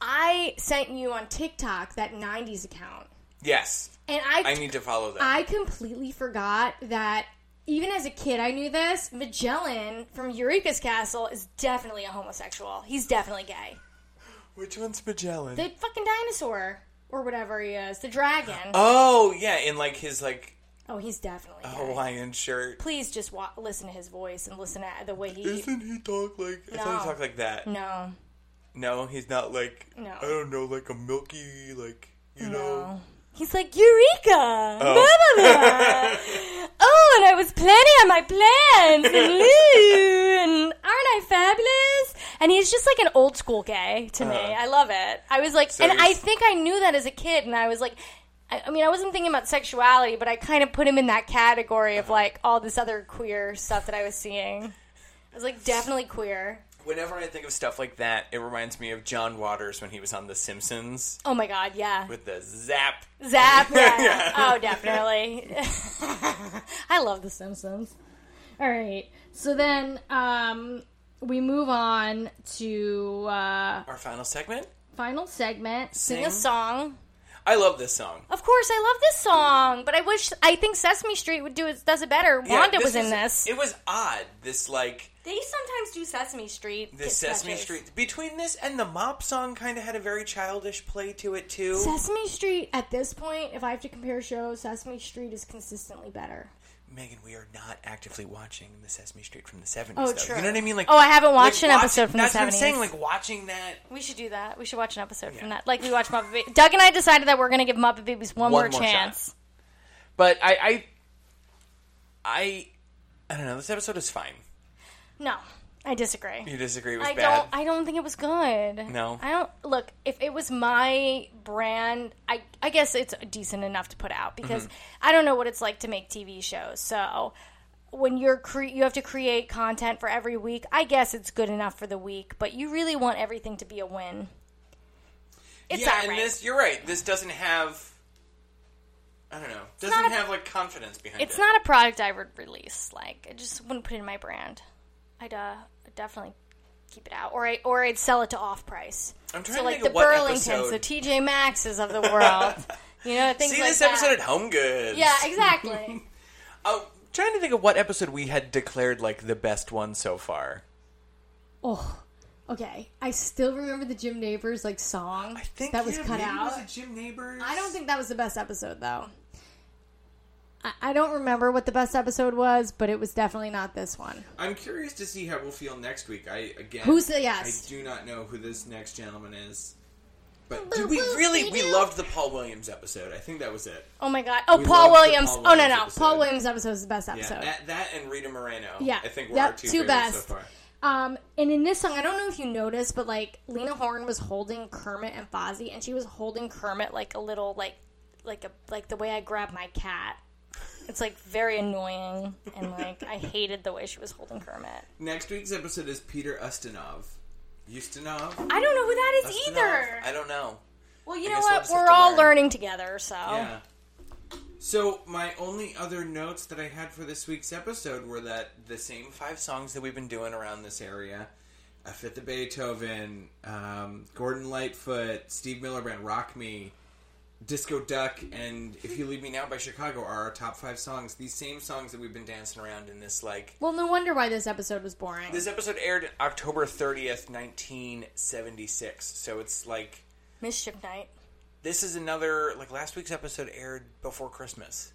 Speaker 3: I sent you on TikTok that '90s account,
Speaker 1: Yes.
Speaker 3: and I
Speaker 1: I need to follow that.
Speaker 3: I completely forgot that. Even as a kid, I knew this. Magellan from Eureka's Castle is definitely a homosexual. He's definitely gay.
Speaker 1: Which one's Magellan?
Speaker 3: The fucking dinosaur or whatever he is, the dragon. Oh,
Speaker 1: oh, yeah. In like his like
Speaker 3: he's definitely. Gay.
Speaker 1: Hawaiian shirt.
Speaker 3: Please just wa- listen to his voice and listen to the way he.
Speaker 1: Doesn't he talk like? I thought he
Speaker 3: No.
Speaker 1: talked like that.
Speaker 3: no,
Speaker 1: No, he's not like
Speaker 3: No.
Speaker 1: I don't know, like a milky, like you know. Oh.
Speaker 3: He's like, Eureka! Blah, blah, blah. oh, and I was planning on my plans and Lou, and aren't I fabulous? And he's just like an old school gay to me. I love it. I was like, and I
Speaker 1: he's-
Speaker 3: think I knew that as a kid, and I was like, I, I mean, I wasn't thinking about sexuality, but I kind of put him in that category of like all this other queer stuff that I was seeing. I was like, definitely queer.
Speaker 1: Whenever I think of stuff like that, it reminds me of John Waters when he was on The Simpsons
Speaker 3: Oh my god, yeah.
Speaker 1: with the zap.
Speaker 3: Zap. yeah. Oh, definitely. I love The Simpsons. All right. So then um, we move on to uh,
Speaker 1: Our final segment.
Speaker 3: final segment. Sing, a
Speaker 1: Sing.
Speaker 3: song.
Speaker 1: I love this song.
Speaker 3: Of course, I love this song, but I wish I think Sesame Street would do it. Does it better.
Speaker 1: Yeah,
Speaker 3: Wanda was in
Speaker 1: is-
Speaker 3: this.
Speaker 1: It was odd. This like
Speaker 3: they sometimes do Sesame Street.
Speaker 1: this Sesame Street between this and the mop song kind of had a very childish play to it too.
Speaker 3: Sesame Street. At this point, if I have to compare shows, Sesame Street is consistently better.
Speaker 1: Megan, we are not actively watching the Sesame Street from the seventies.
Speaker 3: Oh,
Speaker 1: though.
Speaker 3: true.
Speaker 1: You know what I mean? Like
Speaker 3: Oh, I haven't watched
Speaker 1: like
Speaker 3: an
Speaker 1: watch-
Speaker 3: episode from the
Speaker 1: that's What I'm
Speaker 3: 70s.
Speaker 1: saying like watching that
Speaker 3: We should do that. We should watch an episode from
Speaker 1: Yeah.
Speaker 3: that. Like we watch Muppet Babies. Doug and I decided that we're going to give Muppet Babies one,
Speaker 1: One
Speaker 3: more,
Speaker 1: more shot.
Speaker 3: chance.
Speaker 1: But I, I, I, I don't know. This episode is fine.
Speaker 3: No, I disagree.
Speaker 1: You disagree? It was
Speaker 3: I
Speaker 1: bad.
Speaker 3: don't. I don't think it was good.
Speaker 1: No.
Speaker 3: I don't. Look, if it was my brand, I I guess it's decent enough to put out because
Speaker 1: Mm-hmm.
Speaker 3: I don't know what it's like to make TV shows. So when you're cre- you have to create content for every week, I guess it's good enough for the week. But you really want everything to be a win. It's
Speaker 1: yeah,
Speaker 3: not
Speaker 1: and
Speaker 3: right.
Speaker 1: this you're right. This doesn't have I don't know. Doesn't
Speaker 3: not a-
Speaker 1: have like confidence behind
Speaker 4: It's
Speaker 1: it.
Speaker 4: not a product I would release. Like, I just wouldn't put it in my brand. I'd uh, I'd definitely keep it out, or I or I'd sell it to off price.
Speaker 1: I'm trying
Speaker 4: So
Speaker 1: to
Speaker 4: like
Speaker 1: think
Speaker 4: the
Speaker 1: of what
Speaker 4: Burlingtons, the
Speaker 1: episode.
Speaker 4: TJ Maxxes of the world. you know, things
Speaker 1: See
Speaker 4: like
Speaker 1: this
Speaker 4: that.
Speaker 1: episode at Home Goods.
Speaker 4: yeah, exactly.
Speaker 1: I'm trying to think of what episode we had declared like the best one so far.
Speaker 3: Oh, okay. I still remember the Jim Neighbors like song
Speaker 1: I think
Speaker 3: that was
Speaker 1: yeah,
Speaker 3: cut
Speaker 1: maybe Was
Speaker 3: out.
Speaker 1: it Jim Neighbors?
Speaker 3: I don't think that was the best episode though. I, I don't remember what the best episode was, but it was definitely not this one.
Speaker 1: I'm curious to see how we'll feel next week. I again,
Speaker 3: Who's the- yes.
Speaker 1: I do not know who this next gentleman is. But did we really we loved the Paul Williams episode. I think that was it.
Speaker 4: Oh my god. Oh,
Speaker 1: We
Speaker 4: Paul
Speaker 1: love the
Speaker 4: Williams.
Speaker 1: Paul
Speaker 4: oh no,
Speaker 1: Williams
Speaker 4: no,
Speaker 1: episode.
Speaker 3: Paul Williams episode was the best
Speaker 1: Yeah,
Speaker 3: episode.
Speaker 1: that, that and Rita Moreno.
Speaker 3: Yeah,
Speaker 1: I think were
Speaker 3: yep,
Speaker 1: our two,
Speaker 3: two
Speaker 1: favorites
Speaker 3: best.
Speaker 1: so far.
Speaker 3: Um, and in this song, I don't know if you noticed, but like Lena Horne was holding Kermit and Fozzie, and she was holding Kermit like a little like like a like the way I grab my cat.
Speaker 4: It's like very annoying, and like I hated the way she was holding Kermit.
Speaker 1: Next week's episode is Peter Ustinov. Ustinov?
Speaker 4: I don't know who that is
Speaker 1: Ustinov?
Speaker 4: either.
Speaker 1: I don't know.
Speaker 4: well, you
Speaker 1: I
Speaker 4: know
Speaker 1: guess I'll
Speaker 4: what?
Speaker 1: just have
Speaker 4: We're
Speaker 1: to
Speaker 4: all
Speaker 1: learn.
Speaker 4: learning together, so
Speaker 3: Oh.
Speaker 1: Yeah. So my only other notes that I had for this week's episode were that the same five songs that we've been doing around this area, A Fit the Beethoven, um, Gordon Lightfoot, Steve Miller and Rock Me, Disco Duck, and If You Leave Me Now by Chicago are our top five songs. These same songs that we've been dancing around in this like
Speaker 3: Well, no wonder why this episode was boring.
Speaker 1: this episode aired October thirtieth, nineteen seventy six. So it's like
Speaker 4: mischief night.
Speaker 1: this is another like last week's episode aired before Christmas.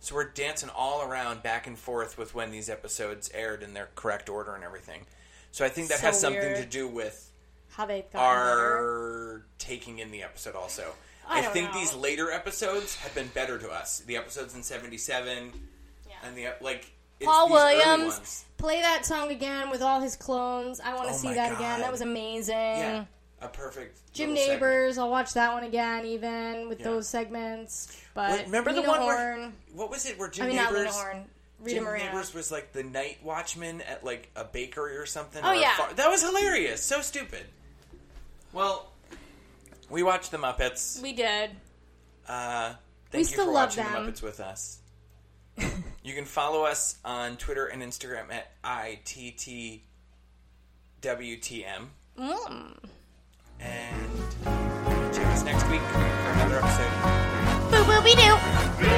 Speaker 1: So we're dancing all around back and forth with when these episodes aired in their correct order and everything. So I think that
Speaker 4: So
Speaker 1: has something
Speaker 4: weird.
Speaker 1: to do with
Speaker 4: How they got better.
Speaker 1: our taking in the episode also. I,
Speaker 4: don't
Speaker 1: think
Speaker 4: know.
Speaker 1: these later episodes have been better to us. The episodes in 77 and the ep- like it's
Speaker 4: Paul
Speaker 1: these early
Speaker 4: Williams.
Speaker 1: ones.
Speaker 3: Play that song again with all his clones. I want to
Speaker 1: Oh
Speaker 3: see
Speaker 1: my
Speaker 3: that
Speaker 1: God.
Speaker 3: again. That was amazing.
Speaker 4: Mm.
Speaker 1: Yeah. A perfect
Speaker 3: Jim
Speaker 1: little segment.
Speaker 3: Neighbors. I'll watch that one again, even with
Speaker 1: Yeah.
Speaker 3: those segments.
Speaker 1: Well,
Speaker 3: But
Speaker 1: remember
Speaker 3: Lena
Speaker 1: the one
Speaker 3: Horne,
Speaker 1: where what was it where Jim
Speaker 3: I mean, not Lena
Speaker 1: Neighbors
Speaker 3: Horne. Rita
Speaker 1: Jim
Speaker 3: Moreno.
Speaker 1: Neighbors was like the night watchman at like a bakery or something.
Speaker 4: Oh,
Speaker 1: or a
Speaker 4: yeah.
Speaker 1: far- that was hilarious. So stupid. Well, we watched the Muppets.
Speaker 4: We did.
Speaker 1: Uh, thank you
Speaker 3: still
Speaker 1: for
Speaker 3: love
Speaker 1: watching the
Speaker 3: them.
Speaker 1: Muppets with us. you can follow us on Twitter and Instagram at ITTWTM.
Speaker 4: Mm.
Speaker 1: And check us next week for another episode.
Speaker 4: Boo boo we do.
Speaker 2: This